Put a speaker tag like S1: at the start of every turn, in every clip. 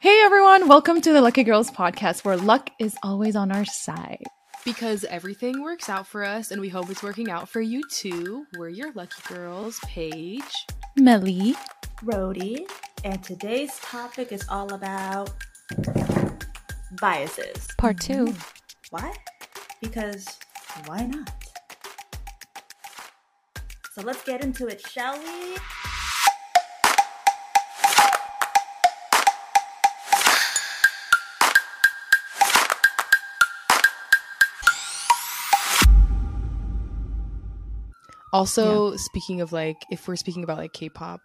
S1: Hey everyone, welcome to the Lucky Girls podcast where luck is always on our side.
S2: Because everything works out for us and we hope it's working out for you too. We're your lucky girls, Paige.
S1: Melly,
S3: Rhodey, and today's topic is all about biases.
S4: Part
S1: Mm-hmm.
S4: 2
S3: Why? Because why not? So let's get into it, shall we?
S2: Also, speaking of like, if we're speaking about like K pop,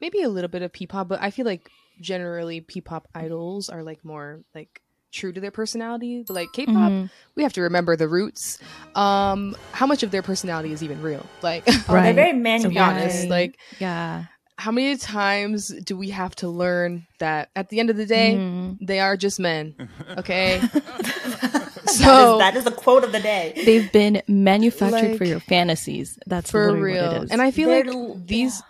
S2: maybe a little bit of P pop, but I feel like generally P pop idols are like more like true to their personality. But like K pop,
S4: Mm-hmm.
S1: Mhm.
S2: we have to remember the roots. Um, how much of their personality is even real? Like,
S3: Oh,
S1: Right.
S3: They're very man
S2: to be honest,
S1: Right.
S2: like,
S1: yeah,
S2: how many times do we have to learn that at the end of the day,
S1: Mhm.
S2: they are just men? Okay.
S3: that,
S2: so
S3: is, that is the quote of the day.
S4: They've been manufactured for
S2: Like,
S4: your fantasies. That's
S2: for
S4: literally
S2: real.
S4: What it is.
S2: And I feel
S3: They're
S2: like
S3: l-
S2: these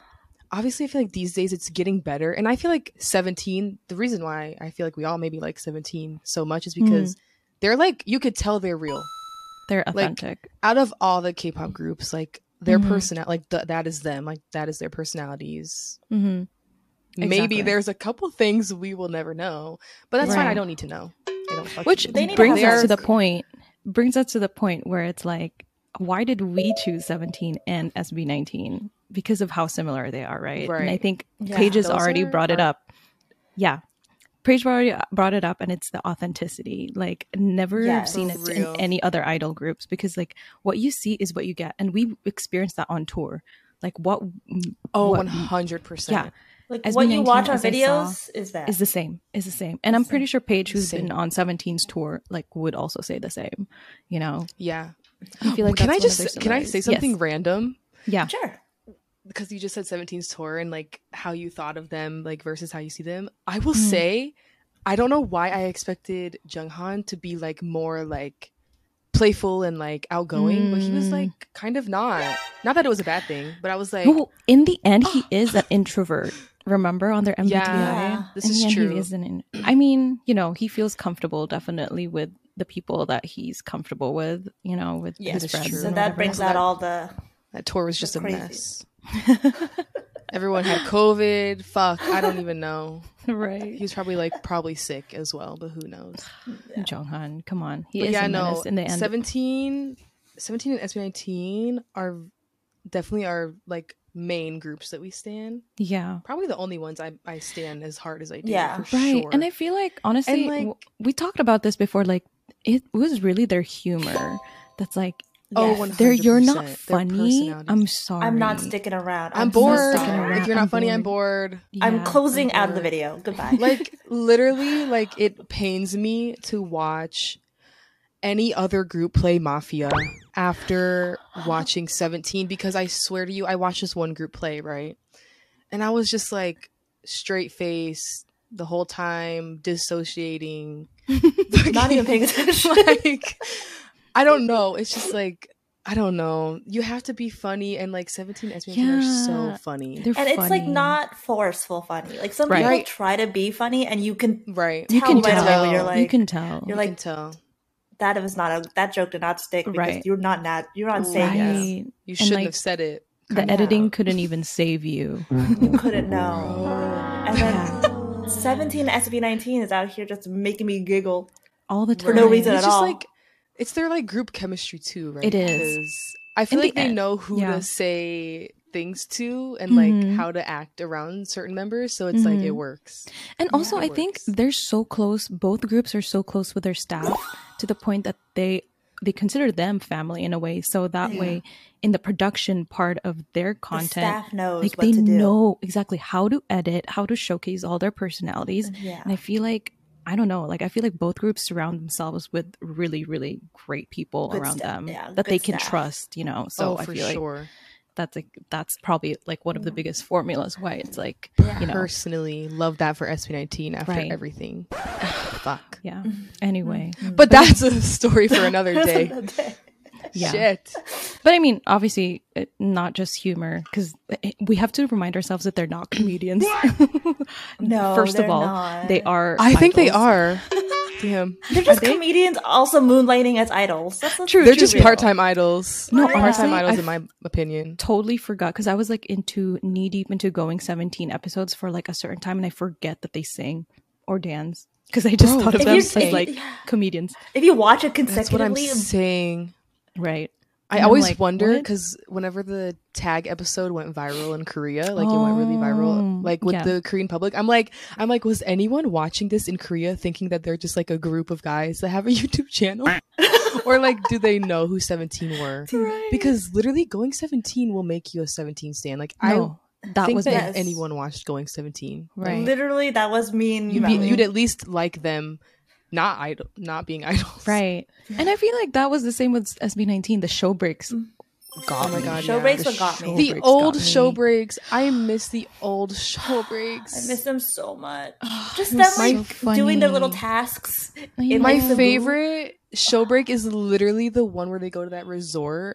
S2: obviously I feel like these days it's getting better. And I feel like 17, the reason why I feel like we all maybe like 17 so much is because
S4: Mm-hmm.
S2: they're like you could tell they're real.
S4: they're authentic.
S2: Out of all the K-pop groups, like their
S4: Mhm.
S2: personal like th- that is them. Like that is their personalities.
S4: mm-hmm.
S2: Maybe
S4: Exactly.
S2: there's a couple things we will never know, but that's fine.
S4: Right.
S2: I don't need to know. I don't fucking
S4: Which
S2: know.
S3: They need to
S4: brings
S3: have
S4: us to the
S2: They're-
S4: point. Brings us to the point where it's like, why did we choose 17 and SB 19? Because of how similar they are, right? And I
S2: Right.
S4: think
S3: Yeah,
S4: Paige has
S2: those
S4: already
S2: are-
S4: brought it
S2: are-
S4: up. Yeah. Paige already brought it up, and it's the authenticity. Like, never have
S3: Yes.
S4: seen it
S2: For
S4: in
S2: real.
S4: any other idol groups because, like, what you see is what you get. And we experienced that on tour. Like, what
S2: Oh,
S4: what-
S2: one hundred percent.
S4: Yeah.
S3: Like
S4: As
S3: what
S4: we
S3: you
S4: 19,
S3: watch on
S4: as I saw,
S3: videos is that.
S4: is the same is the same and i'm
S3: Same.
S4: pretty sure paige who's
S2: Same.
S4: been on 17's tour like would also say the same you know
S2: Yeah.
S4: I feel like
S2: can I
S4: that's one of
S2: just
S4: their
S2: can I
S4: similarities.
S2: say
S4: Yes.
S2: something random?
S4: yeah
S3: sure.
S2: because you just said 17's tour and like how you thought of them like versus how you see them i will
S4: Mhm.
S2: say i don't know why i expected junghan to be like more like playful and like outgoing but he was
S4: Mm.
S2: like kind of not not that it was a bad thing but i was like
S4: well in the end he is an introvert remember on their mbti
S2: Yeah, this
S4: In the
S2: is
S4: end,
S2: true.
S4: he is an in- i mean you know he feels comfortable definitely with the people that he's comfortable with you know with
S3: Yeah,
S4: his
S2: that's
S4: friends
S2: true.
S4: and
S3: So
S4: whatever.
S3: that brings
S2: So
S3: out
S2: that-
S3: all the
S2: that tour was just a
S3: Crazy.
S2: mess everyone had covid fuck i don't even know
S4: right
S2: he was probably like probably sick as well but who knows
S4: jonghan come on he
S2: But
S4: is
S2: yeah,
S4: a
S2: no.
S4: menace in the end
S2: 17, 17 and SB19 are definitely our like main groups that we stand.
S4: yeah
S2: Probably the only ones I, I stand as hard as I do.
S3: Yeah.
S2: for
S4: right
S2: sure.
S4: and i feel like honestly
S2: And, like-
S4: w- we talked about this before like it was really their humor that's like
S2: Oh,
S3: yes.
S2: one-
S4: they're you're not
S2: 100%, their
S4: funny
S2: personalities.
S4: i'm sorry
S3: I'm not sticking around.
S2: I'm
S3: so
S2: bored.
S3: sorry.
S4: sticking around.
S2: If you're not
S4: I'm
S2: funny, I'm bored.
S4: Yeah,
S3: I'm closing out of the
S2: bored.
S3: video. Goodbye.
S2: Like literally, like it pains me to watch any other group play Mafia after watching 17 because I swear to you, I watched this one group play, right? And I was just like straight face the whole time, dissociating.
S3: not even paying attention.
S2: like I don't know. It's just like I don't know. You have to be funny and like 17 SB are so
S4: Yeah.
S2: funny.
S4: They're
S3: and it's like
S4: funny.
S3: not forceful funny. Like some
S4: Right.
S3: people
S2: Right.
S3: try to be funny, and you can
S2: right.
S4: you
S3: tell
S4: can
S3: right
S4: tell
S3: away when you're
S4: you
S3: like-
S4: can tell
S2: You
S3: you're like-
S2: can tell.
S3: that was not a that joke did not stick because
S4: Right.
S3: you're not nat you're not saying this.
S4: right
S2: You shouldn't
S4: like,
S2: have said it.
S4: the
S2: Kinda
S4: editing
S2: out.
S4: couldn't even save you
S3: You couldn't know.
S2: Oh.
S3: And then 17 SB 19 is out here just making me giggle.
S4: all the time
S3: For no reason
S2: it's
S3: at
S2: just
S3: all.
S2: like it's their like group chemistry too, right?
S4: It is.
S2: 'Cause I feel
S4: In the
S2: like they
S4: end,
S2: know who
S4: yeah.
S2: to say things to and
S4: Mhm.
S2: like how to act around certain members, so it's like it
S4: Mhm.
S2: works.
S4: And
S2: Yeah,
S4: also,
S2: it
S4: I think
S2: works.
S4: they're so close. Both groups are so close with their staff to the point that they they consider them family in a way. So that
S3: Yeah.
S4: way, in the production part of their
S3: The
S4: content,
S3: staff knows
S4: like
S3: what
S4: they
S3: to do.
S4: know exactly how to edit, how to showcase all their personalities.
S3: yeah.
S4: And I feel like I don't know, like I feel like both groups surround themselves with really, really great people
S3: Good
S4: around
S3: staff,
S4: them
S3: yeah,
S4: that they
S3: good
S4: can
S3: staff.
S4: trust. You know, so
S2: oh,
S4: I
S2: for
S4: feel like
S2: sure.
S4: that's like that's probably like one of the biggest formulas why it's like
S3: Yeah.
S4: you know,
S2: Personally, love that for SB19 after
S4: Right.
S2: everything. Fuck.
S3: Mm-hmm.
S4: yeah. Anyway.
S2: But that's a story for another day.
S3: Another day.
S4: Yeah.
S2: Shit.
S4: But I mean, obviously, it- not just humor, because we have to remind ourselves that they're not comedians.
S3: No,
S4: first of
S3: they're
S4: all,
S3: not.
S4: they are.
S2: I think they
S4: idols.
S2: are. Damn.
S3: They're just comedians also moonlighting as idols. That's the
S4: True,
S2: They're
S4: true,
S2: just
S4: true.
S2: part time idols.
S4: No,
S2: part
S4: honestly,
S2: time idols,
S4: I
S2: in my opinion.
S4: Totally forgot because I was like into knee deep into going 17 episodes for like a certain time, and I forget that they sing or dance because I just
S2: Bro,
S4: thought of
S2: if
S4: them
S3: you-
S4: as
S3: if-
S4: like comedians,
S3: If you watch it
S2: That's what I'm
S3: consecutively,
S2: saying.
S4: right?
S2: I
S4: And I'm
S2: always
S4: like,
S2: wonder
S4: what?
S2: because whenever the tag episode went viral in Korea, like it went really viral,
S4: Oh,
S2: like with
S4: yeah.
S2: the Korean public, I'm like, I'm like, was anyone watching this in Korea thinking that they're just like a group of guys that have a YouTube channel, or like, do they know who 17 were? Because literally, going 17 will make you a 17 stan. Like
S4: No,
S2: I
S4: that
S2: think
S4: was
S2: that
S4: my
S3: Yes.
S2: anyone watched going 17,
S4: right.
S3: literally that was me and
S2: you'd be,
S3: Madeline.
S2: you'd at least like them, not idol, not being idols,
S4: Right. And I feel like that was the same with SB19, the show breaks.
S2: God, oh my god,
S3: Show
S2: yeah.
S3: breaks what got me.
S4: show-
S2: the
S4: breaks
S2: old
S4: got
S2: show
S4: me.
S2: breaks. I miss the old show breaks.
S3: I miss them so much. Just
S4: it
S3: them
S4: was
S3: like
S4: so
S3: doing their
S4: funny.
S3: little tasks.
S4: I
S3: in,
S2: My
S3: like, Cebu.
S2: favorite show break is literally the one where they go to that resort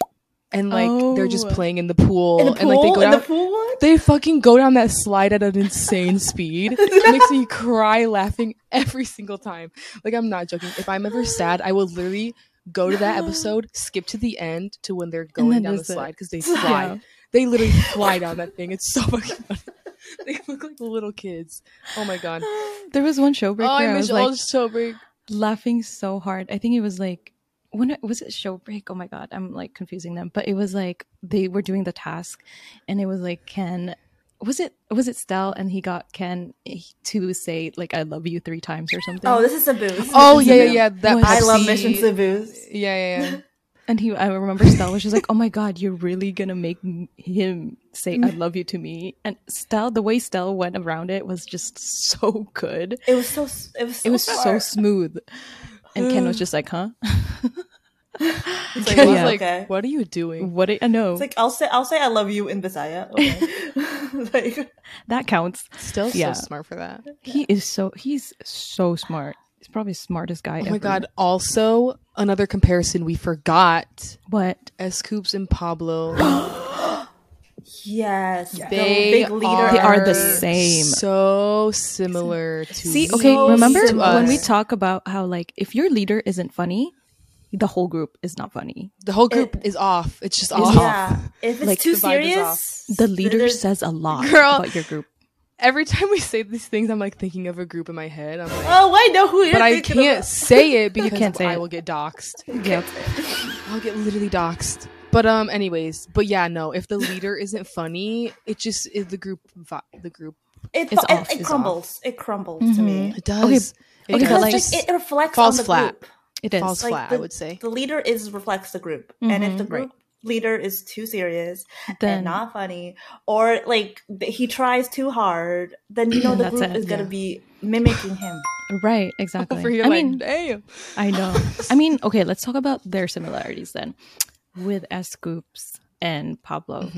S2: and like they're just
S4: Oh.
S2: playing in the pool,
S3: in the pool,
S2: and like they go
S3: in
S2: down.
S3: the pool one.
S2: they fucking go down that slide at an insane speed. It makes me cry laughing every single time. Like I'm not joking. If I'm ever sad, I will literally go to that episode, skip to the end to when they're going
S4: then
S2: down the
S4: just it.
S2: slide because they fly. They literally fly down that thing. It's so fucking funny. They look like little kids. Oh my god.
S4: There was one show break
S2: oh,
S4: where
S2: I
S4: I,
S2: miss
S4: was like
S2: old show break.
S4: laughing so hard. I think it was like when it- was it show break? Oh my god, I'm like confusing them. But it was like they were doing the task, and it was like Ken. Was it was it Stell? And he got Ken to say like "I love you" three times or something.
S3: Oh, this is Cebu. This is
S2: Oh
S3: Cebu.
S2: yeah, yeah, yeah. That
S4: What?
S3: I love
S2: Pepsi-
S3: Mission Cebu.
S2: Yeah, yeah, yeah.
S4: And he, I remember Stell was just like, "Oh my god, you're really gonna make m- him say I love you to me." And Stell, the way Stell went around it was just so good.
S3: It was so. s- It was. So
S4: It was so
S3: smart.
S4: smooth. And Ken was just like, "Huh?
S3: It's
S2: I
S3: like,
S2: was
S4: Yeah.
S2: like,
S3: okay.
S2: what are you doing?
S4: What? do I know
S3: It's like I'll say I'll say I love you in Visaya. Okay. like
S4: that counts."
S2: Still
S4: Yeah.
S2: so smart for that.
S3: Oh
S4: He is so he's so smart. He's probably the smartest guy.
S2: Oh
S4: ever.
S2: my god. Also, another comparison we forgot.
S4: What?
S2: Scoops and Pablo.
S3: yes, the
S2: They
S3: big leader.
S2: are-
S4: They are the
S3: arc.
S4: same.
S2: So similar to
S4: See,
S3: So
S4: okay, remember
S3: similar.
S4: when we talk about how like if your leader isn't funny, the whole group is not funny.
S2: the whole group is off. It's just off.
S3: Yeah, if it's
S2: Like,
S3: too
S2: the vibe is off.
S3: serious,
S4: The leader
S3: there's-
S4: says a lot
S2: Girl.
S4: about your group.
S2: Every time we say these things, I'm like thinking of a group in my head. I'm like,
S3: "Oh, I know who you're
S2: but I
S3: thinking
S2: can't
S3: about."
S2: say it because
S4: can't say
S2: I
S4: it.
S2: will get doxxed.
S4: Yep.
S2: I'll get literally doxxed. But um, anyways, but yeah, no. If the leader isn't funny, it just it, the group vi- the group
S3: It,
S4: It's
S3: it,
S4: off,
S3: it
S2: it's
S3: crumbles. It crumbles to me.
S2: it does. It
S4: okay,
S2: does.
S4: but
S3: Because
S4: like-
S3: like, it reflects
S2: falls
S3: on the
S2: flat.
S3: group.
S4: It is.
S2: falls
S3: like
S2: flat.
S3: the-
S2: I would say.
S3: The leader is reflects the group, and if the group leader is too serious
S4: Then-
S3: and not funny, or like th- he tries too hard, then you know the
S4: That's
S3: group
S4: it,
S3: is gonna
S4: yeah.
S3: be mimicking him.
S4: Right, exactly.
S2: Over here,
S4: I
S2: like,
S4: mean,
S2: damn.
S4: I know. I mean, okay, let's talk about their similarities then with S Scoops and Pablo.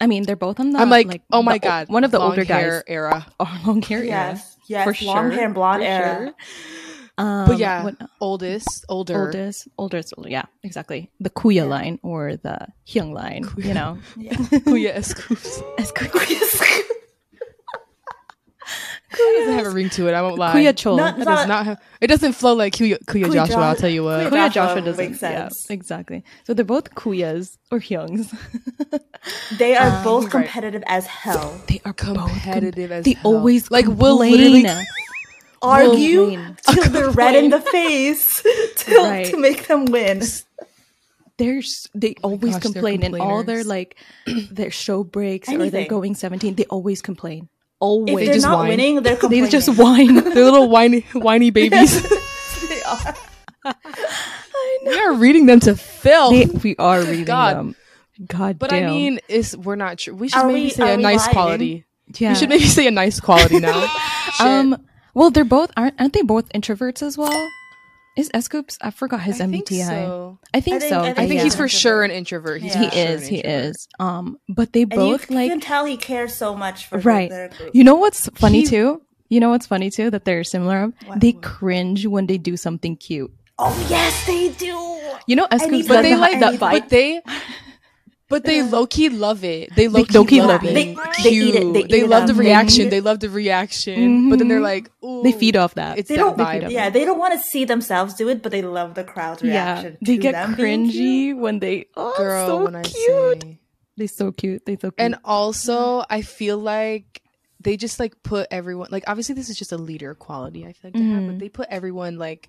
S4: I mean, they're both on the
S2: Mm-hmm. I'm like, oh
S4: Mm-hmm. the
S2: my
S4: o-
S2: god,
S4: one of the
S2: long
S4: older
S2: hair
S4: guys
S2: era.
S4: Oh, long hair era.
S3: yes, yes,
S4: For
S3: long
S4: sure,
S3: hair and blonde
S4: for
S3: era.
S4: sure. Um,
S2: But yeah,
S4: what-
S2: oldest, older.
S4: oldest, oldest, older, yeah, exactly. The Kuya line or the Hyung line, you know.
S2: Kuya Scoops.
S4: As Kuya,
S2: It doesn't have a ring to it. I won't lie.
S4: Kuya Chol.
S2: It does not have. It doesn't flow like Kuya, Kuya,
S3: Kuya
S2: Joshua. I'll
S3: Josh-
S2: tell you what.
S3: Kuya
S4: Kuya
S3: Joshua
S4: Joshua doesn't.
S3: makes sense.
S4: Yeah, exactly. So they're both Kuyas or Hyungs.
S3: They are both competitive as hell.
S4: they are
S2: competitive as
S4: They
S2: hell.
S4: always
S2: Like,
S4: like
S2: we'll
S4: will
S2: literally-
S4: literally
S3: Argue
S4: complain.
S3: till they're red in the face till
S4: Right.
S3: to make them win.
S4: they're s- they always
S2: gosh, they're
S4: complain in all their
S2: complainers.
S4: like their show breaks or they're
S3: Anything.
S4: going 17. They always complain.
S3: If
S4: Always.
S3: they're
S2: just
S3: not
S2: whine.
S3: winning, they're
S4: they
S3: complaining.
S4: just whine.
S2: They're little whiny, whiny babies.
S3: They are.
S2: we are reading them to filth.
S4: They- we are reading
S2: God.
S4: them. God
S2: but
S4: damn.
S2: I mean, it's we're not true. We should
S3: Are
S2: maybe
S3: we-
S2: say
S3: are
S2: a
S3: we
S2: nice
S3: lying?
S2: quality.
S4: yeah.
S2: We should maybe say a nice quality now.
S4: um well they're both aren't aren't they both introverts as well? Is Scoops? I forgot his
S2: I
S4: MBTI.
S2: think so.
S4: I think
S3: I think-
S4: so.
S3: I
S2: I think
S4: yeah.
S2: he's for sure an introvert. He's
S4: he
S3: Yeah.
S2: for sure an
S4: is, he
S2: introvert.
S4: is. Um but they
S3: And
S4: both
S3: you
S4: like
S3: can tell he cares so much for
S4: right
S3: their group.
S4: you know what's funny
S2: He-
S4: too you know what's funny too that they're similar of? they cringe when they do something cute
S3: Oh yes, they do.
S4: You know,
S3: need
S4: Escoob's
S3: that
S2: but
S4: that,
S2: they
S3: the-
S2: like
S4: that
S3: need-
S4: vibe.
S2: but they but they low key love it. They low key
S4: low-key
S2: love,
S4: love
S2: it.
S4: it.
S3: They- they eat it. They
S2: Cute.
S3: eat it
S2: love
S3: up.
S2: the
S3: They eat
S2: reaction.
S3: it.
S2: They love the reaction. But then they're like, Ooh,
S4: they feed off that.
S2: It's
S3: They
S2: that
S3: don't-
S4: they feed
S2: vibe.
S4: off
S3: Yeah, they don't want to see themselves do it, but they love the crowd's reaction.
S4: they
S3: to
S4: get
S3: them being cute.
S4: cringy when they oh
S2: Girl,
S4: so
S2: when I
S4: cute.
S2: say.
S4: They so cute. They so cute.
S2: And
S3: Mm-hmm.
S2: also, I feel like they just like put everyone like obviously this is just a leader quality I feel like they
S3: Mm-hmm.
S2: have, but
S4: Mhm.
S2: they put everyone like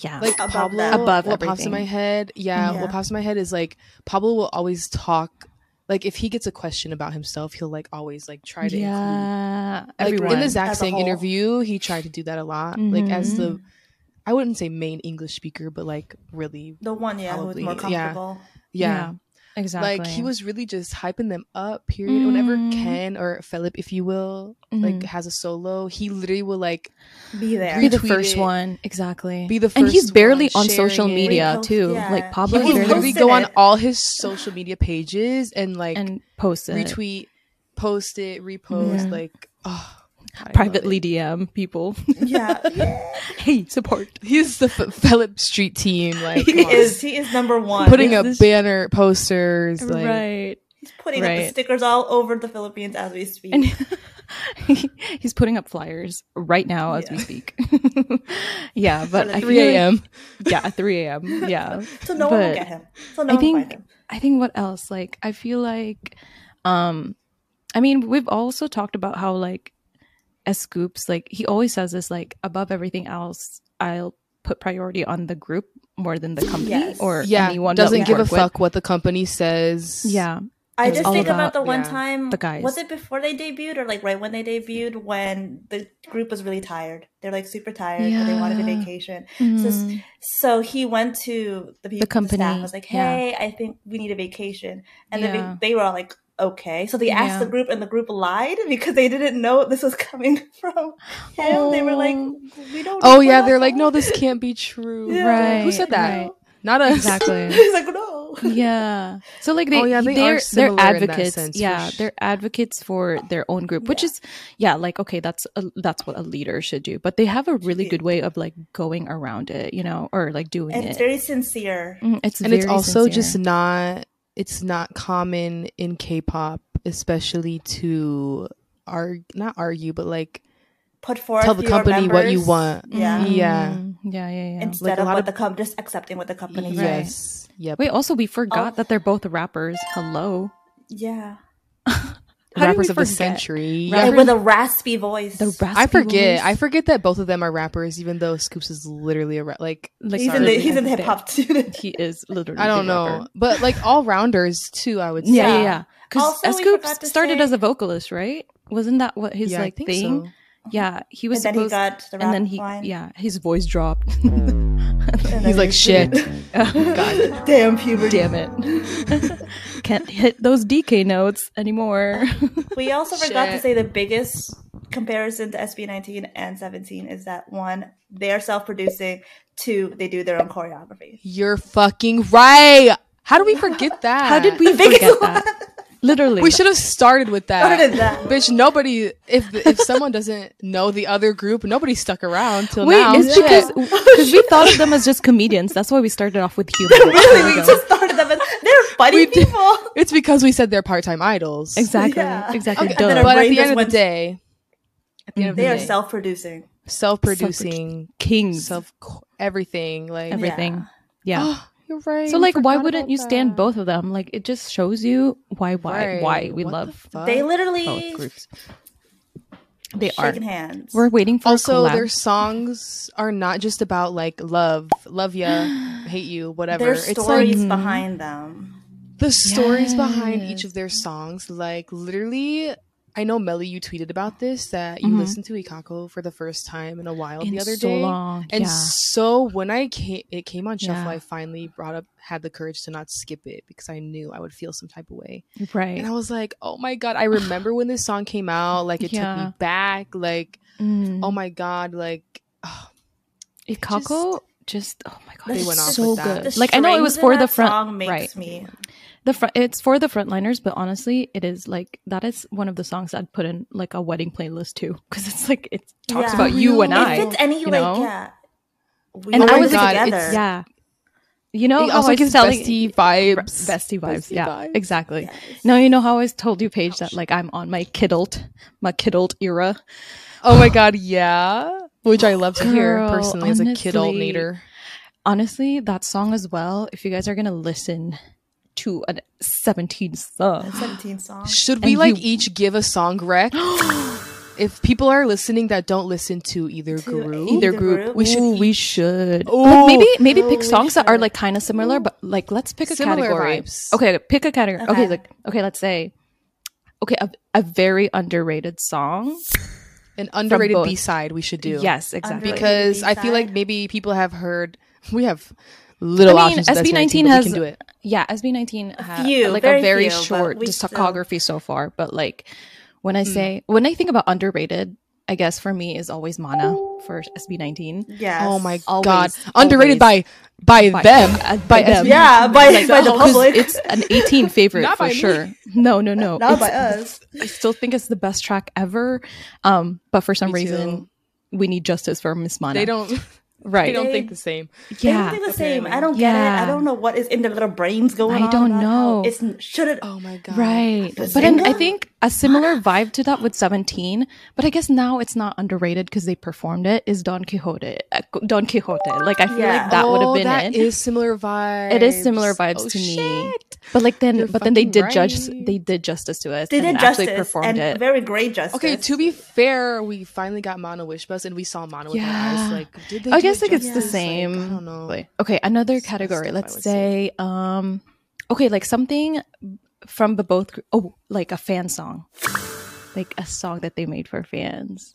S4: yeah,
S2: like
S3: Above
S2: Pablo
S3: them.
S4: Above
S2: what pops in
S4: everything.
S2: my head. Yeah,
S3: Yeah.
S2: what pops in my head is like Pablo will always talk. Like if he gets a question about himself, he'll like always like try to include
S4: yeah,
S2: like
S4: everyone.
S2: in the Zach
S3: As a
S2: Sang
S3: whole.
S2: interview, he tried to do that a lot. Like as
S4: Mhm.
S2: the, I wouldn't say main English speaker, but like really,
S3: The one, yeah, who's more
S2: Probably, yeah.
S3: comfortable.
S2: yeah.
S4: exactly.
S2: Like he was really just hyping them up. Period. Whenever
S4: Mm.
S2: Ken or Philip, if you will, like
S4: Mhm.
S2: has a solo, he literally will like
S3: Be there.
S4: be the
S2: retweeted.
S4: first one, exactly.
S2: Be the
S4: and he's
S2: first
S4: barely
S2: one
S4: on social
S2: sharing it.
S4: media
S3: Repost-
S4: too.
S3: yeah.
S4: Like
S2: he
S4: Pablo
S3: Like,
S2: will
S3: he
S4: barely-
S2: literally
S3: posted
S2: go on
S3: it.
S2: all his social media pages and like
S4: and post it
S2: retweet, post it, repost,
S4: Yeah.
S2: like oh, I love
S4: privately
S2: it.
S4: DM people.
S3: Yeah, yeah.
S4: hey, support.
S2: He's the F- Philip Street team. Like
S3: he
S2: come on.
S3: is. He is number one.
S2: putting
S4: Is
S2: up
S4: this-
S2: banner posters like
S4: right.
S3: He's putting up the
S4: Right.
S3: stickers all over the Philippines as we speak.
S4: And he's putting up flyers right now as we
S3: Yeah.
S4: speak. yeah, but
S3: at
S4: I
S2: 3
S4: feel like-
S2: a.m
S4: yeah, at 3 a.m. Yeah.
S3: so no one will
S4: but
S3: get him. So no
S4: I
S3: one will find
S4: think
S3: him.
S4: I think what else? Like I feel like um I mean, we've also talked about how like as scoops, like he always says this like above everything else, I'll put priority on the group more than the company
S3: Yes.
S4: or anyone that
S2: doesn't
S4: we
S2: give a
S4: work with.
S2: fuck what the company says
S4: Yeah.
S3: I
S2: It's
S3: just
S2: all
S3: think about,
S4: about,
S3: the one
S2: yeah,
S3: time
S4: the guys.
S3: Was it before they debuted or like right when they debuted when the group was really tired? They're like super tired and they wanted a
S4: Yeah.
S3: vacation.
S4: Mm.
S3: So, so he went to the people, the,
S4: company,
S3: staff was like,
S4: yeah.
S3: "Hey, I think we need a vacation," and
S4: Yeah.
S3: then they, they were all like, "Okay." So they asked
S4: Yeah.
S3: the group, and the group lied because they didn't know this was coming from him. They were like,
S4: Oh.
S3: "We don't."
S2: oh
S3: we're
S2: yeah
S3: not
S2: they're like
S3: going."
S2: no this can't be true
S3: Yeah.
S4: Right.
S2: who said that
S4: right.
S2: not us
S4: Exactly.
S3: He's like, "No."
S4: yeah so like they,
S2: Oh, yeah, they
S4: they
S2: are
S4: are
S2: similar in
S4: they're
S2: that
S4: advocates
S2: sense, for
S4: yeah
S2: sh-
S4: they're advocates for their own group which
S3: Yeah.
S4: is yeah like okay that's a, that's what a leader should do but they have a really good way of like going around it you know or like doing
S3: And
S4: it
S3: it's very sincere.
S4: Mm, it's
S2: and Mm-hmm. it's
S4: very
S2: also
S4: sincere.
S2: just not it's not common in k-pop especially to argue not argue but like
S3: Put forth
S2: Tell the
S3: your
S2: company what you
S3: members.
S2: want.
S3: Yeah.
S2: Mhm. Yeah.
S4: Mm, yeah yeah yeah
S3: Instead
S2: Like, a
S3: of
S2: lot
S3: what
S2: of-
S3: the com- just accepting what the company says.
S2: yes yep
S4: wait also we
S2: Oh.
S4: forgot that they're both rappers hello
S3: Yeah.
S4: How did
S2: rappers
S4: we
S2: of the
S4: forget?
S2: century
S4: Rappers-
S3: And with a raspy voice.
S4: the raspy
S2: I forget.
S4: voice.
S2: I forget that both of them are rappers, even though Scoops is literally a ra- like
S4: like,
S3: he's, in
S4: sorry,
S3: the, he's in
S4: they-
S3: hip hop too.
S4: he is literally
S2: I don't
S4: the
S2: know,
S4: rapper.
S2: but like all rounders too. I would say.
S4: yeah yeah
S3: Yeah.
S4: yeah because
S3: Also, we forgot
S4: Scoops
S3: to
S4: started
S3: say-
S4: as a vocalist right wasn't that what his
S2: Yeah, I
S4: like
S2: think
S4: thing
S2: so.
S4: yeah he was
S3: and then he
S4: supposed
S3: got the rap
S4: and then he
S3: line.
S4: yeah his voice dropped
S3: And
S2: He's
S3: then
S2: like shit.
S3: damn puberty.
S4: damn it can't hit those dk notes anymore
S3: We also forgot to
S2: Shit.
S3: say the biggest comparison to SB19 and 17 is that one, they are self producing, two, they do their own choreography.
S2: You're fucking right. How do we forget that?
S4: how did we
S3: biggest
S4: forget that literally
S2: We should have started with that.
S3: Started that.
S2: Bitch, nobody. If if someone doesn't know the other group, nobody stuck around till
S4: Wait,
S2: now.
S4: it's
S2: Shit.
S4: because
S3: Oh,
S4: because we thought of them as just comedians. That's why we started off with humor.
S3: really, we just started them as they're funny
S2: We did-
S3: people.
S2: it's because we said they're part time idols.
S4: exactly,
S3: Yeah.
S4: exactly.
S3: Okay,
S4: Duh.
S3: Our
S2: But at
S3: brain
S2: the
S3: just
S2: end of
S3: went-
S2: the day, at the end of the
S3: They are
S2: day,
S3: self producing.
S2: self producing,
S4: Kings,
S2: self everything. Like
S4: everything. Yeah.
S2: Oh, you're right.
S4: So
S2: I
S4: like, why
S2: forgot
S4: wouldn't
S2: about
S4: you stand
S2: that.
S4: both of them? Like, it just shows you why, why,
S2: Right.
S4: why we
S2: What the
S4: love
S2: fuck?
S3: They
S4: both
S2: Oh,
S3: literally
S4: groups. They are.
S3: shaking hands.
S4: We're waiting for
S2: also
S4: a collab.
S2: their songs are not just about like love love ya hate you whatever
S3: There's
S2: it's like
S3: stories
S4: mm,
S3: behind them.
S2: the stories behind each of their songs like literally i know melly you tweeted about this that you
S4: Mhm.
S2: listened to ikako for the first time in a while
S4: In
S2: the other
S4: so
S2: day
S4: long.
S2: and
S4: yeah.
S2: so when i came it came on shuffle
S4: Yeah.
S2: i finally brought up had the courage to not skip it because i knew i would feel some type of way
S4: right.
S2: and i was like oh my god i remember when this song came out like it took
S4: Yeah.
S2: me back like
S4: Mm.
S2: oh my god like
S4: Ikako just, oh my god,
S3: They
S4: it's
S2: went off
S4: so
S2: with that.
S4: good.
S3: The
S4: Like I know it was
S3: strings in
S4: for the
S3: that
S4: front,
S3: song makes
S4: right?
S3: me
S4: The front. It's for the frontliners, but honestly, it is like that is one of the songs I'd put in like a wedding playlist too, because it's like it talks
S3: Yeah.
S4: about you and
S2: It
S4: I.
S3: If it's any
S4: you
S3: like
S4: know?
S3: yeah, we
S4: And
S3: were
S4: I
S3: in
S4: was
S3: it
S2: like,
S3: together.
S2: it's-
S4: Yeah. You know,
S2: it
S4: how
S2: also
S4: I keep
S2: gives
S4: telling-
S2: bestie vibes.
S4: bestie vibes.
S2: Bestie
S4: yeah,
S2: vibes.
S4: exactly.
S3: Yes.
S4: Now you know how I always told you, Paige, that like I'm on my kiddled, my kiddled era. Oh my god,
S2: Yeah, which I love to hear
S4: Girl,
S2: personally as a kid old
S4: honestly.
S2: nader.
S4: honestly, that song as well. If you guys are gonna listen to a 17 song,
S3: 17 songs.
S2: Should we
S4: And
S2: like
S4: you-
S2: each give a song rec? if people are listening that don't listen to either
S3: To
S2: group,
S3: either
S4: either group,
S3: group.
S4: we should.
S2: Ooh,
S4: we should.
S3: Oh,
S2: Ooh.
S4: maybe maybe
S3: Ooh,
S4: pick
S3: we
S4: songs that are
S3: should.
S4: like kind of similar, but like let's pick a
S2: Similar
S4: category.
S2: vibes.
S4: Okay, pick a category. Okay,
S3: Okay.
S4: like okay, let's say. Okay, a, a very underrated song.
S2: an underrated
S4: both.
S2: B side we should do.
S4: Yes, exactly.
S3: Underrated.
S2: because I feel
S3: B-side.
S2: like maybe people have heard we have little
S4: I mean,
S2: options. with
S4: SB19
S2: but
S4: has-
S2: we can do it.
S4: Yeah, SB19 had
S3: few,
S4: like
S3: very
S4: a very
S3: few, but
S4: short
S3: we still- Hmm.
S4: discography so far, but like when I
S2: Mm.
S4: say when I think about underrated, I guess for me is always Mana for SB19.
S3: Yes.
S2: Oh my
S4: Always,
S2: god, underrated
S4: always.
S2: by by, them.
S4: uh,
S2: by them.
S3: Yeah, by, by the
S4: 'cause
S3: public.
S4: It's an 18 favorite
S2: Not
S4: for
S2: by me.
S4: sure. No, no, no.
S3: Not
S4: It's-
S3: by us.
S4: I still think it's the best track ever. Um, but for some
S2: Me
S4: reason,
S2: too.
S4: we need justice for Miss Mana.
S2: They don't. They
S4: right?
S2: don't
S3: They-
S2: think the same.
S3: They
S4: yeah,
S3: don't think the same. I don't get it.
S4: Yeah.
S3: I don't know what is in their little brains going on.
S4: I don't
S3: about how
S4: know.
S3: It's should it
S2: Oh my god.
S4: right.
S3: The
S4: But I'm, I
S3: single?
S4: think a similar vibe to that with 17. But I guess now it's not underrated because they performed it. Is Don Quixote? Uh, Don Quixote? Like I feel
S3: Yeah.
S4: like that would have
S2: Oh,
S4: been
S2: that
S4: it.
S2: is similar vibes.
S4: it is similar vibes
S2: Oh,
S4: to me.
S2: shit.
S4: But like then,
S2: You're
S4: but then they
S2: fucking
S4: did judge.
S2: right.
S4: They did justice to us.
S3: they
S4: and
S3: did
S4: actually
S3: justice
S4: performed
S3: and
S4: it.
S3: very great justice.
S2: Okay, to be fair, we finally got Mana Wish Bus and we saw Mana with our eyes.
S4: Yeah.
S2: Like, did they
S4: I
S2: do
S4: guess like it's the
S2: justice? Like,
S4: same.
S2: I don't know.
S4: Like, okay, another
S2: It's messed
S4: category.
S2: up, I
S4: Let's
S2: would
S4: say, um, okay, like something from the both. gr- Oh, like a fan song, like a song that they made for fans.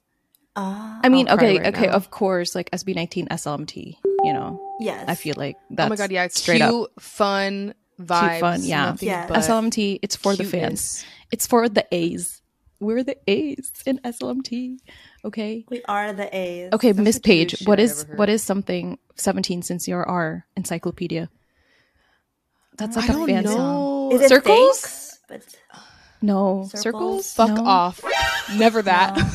S3: Ah,
S4: I mean,
S2: I'll cry
S4: okay,
S2: right
S4: okay,
S2: now.
S4: of course, like SB19 SLMT. You know,
S3: yes.
S4: I feel like that's
S2: oh my god, yeah, it's
S4: straight
S2: cute,
S4: up
S2: fun vibes.
S4: fun, yeah.
S2: nothing
S3: Yeah.
S2: but
S4: SLMT. It's for the fans.
S2: cuteness.
S4: It's for the A's. We're the A's in SLMT. Okay.
S3: we are the A's.
S4: Okay,
S2: That's
S4: Miss
S2: the cutest
S4: Page,
S2: shit
S4: what
S2: I've
S4: is
S2: ever heard.
S4: what is something seventeen since you're our encyclopedia? That's like
S2: I
S4: a
S2: don't
S4: fan
S2: know.
S4: song.
S3: Is it
S4: Circles?
S3: thanks? But
S4: No
S3: Circles?
S4: circles.
S2: Fuck
S4: No.
S2: off. Never that.
S3: No.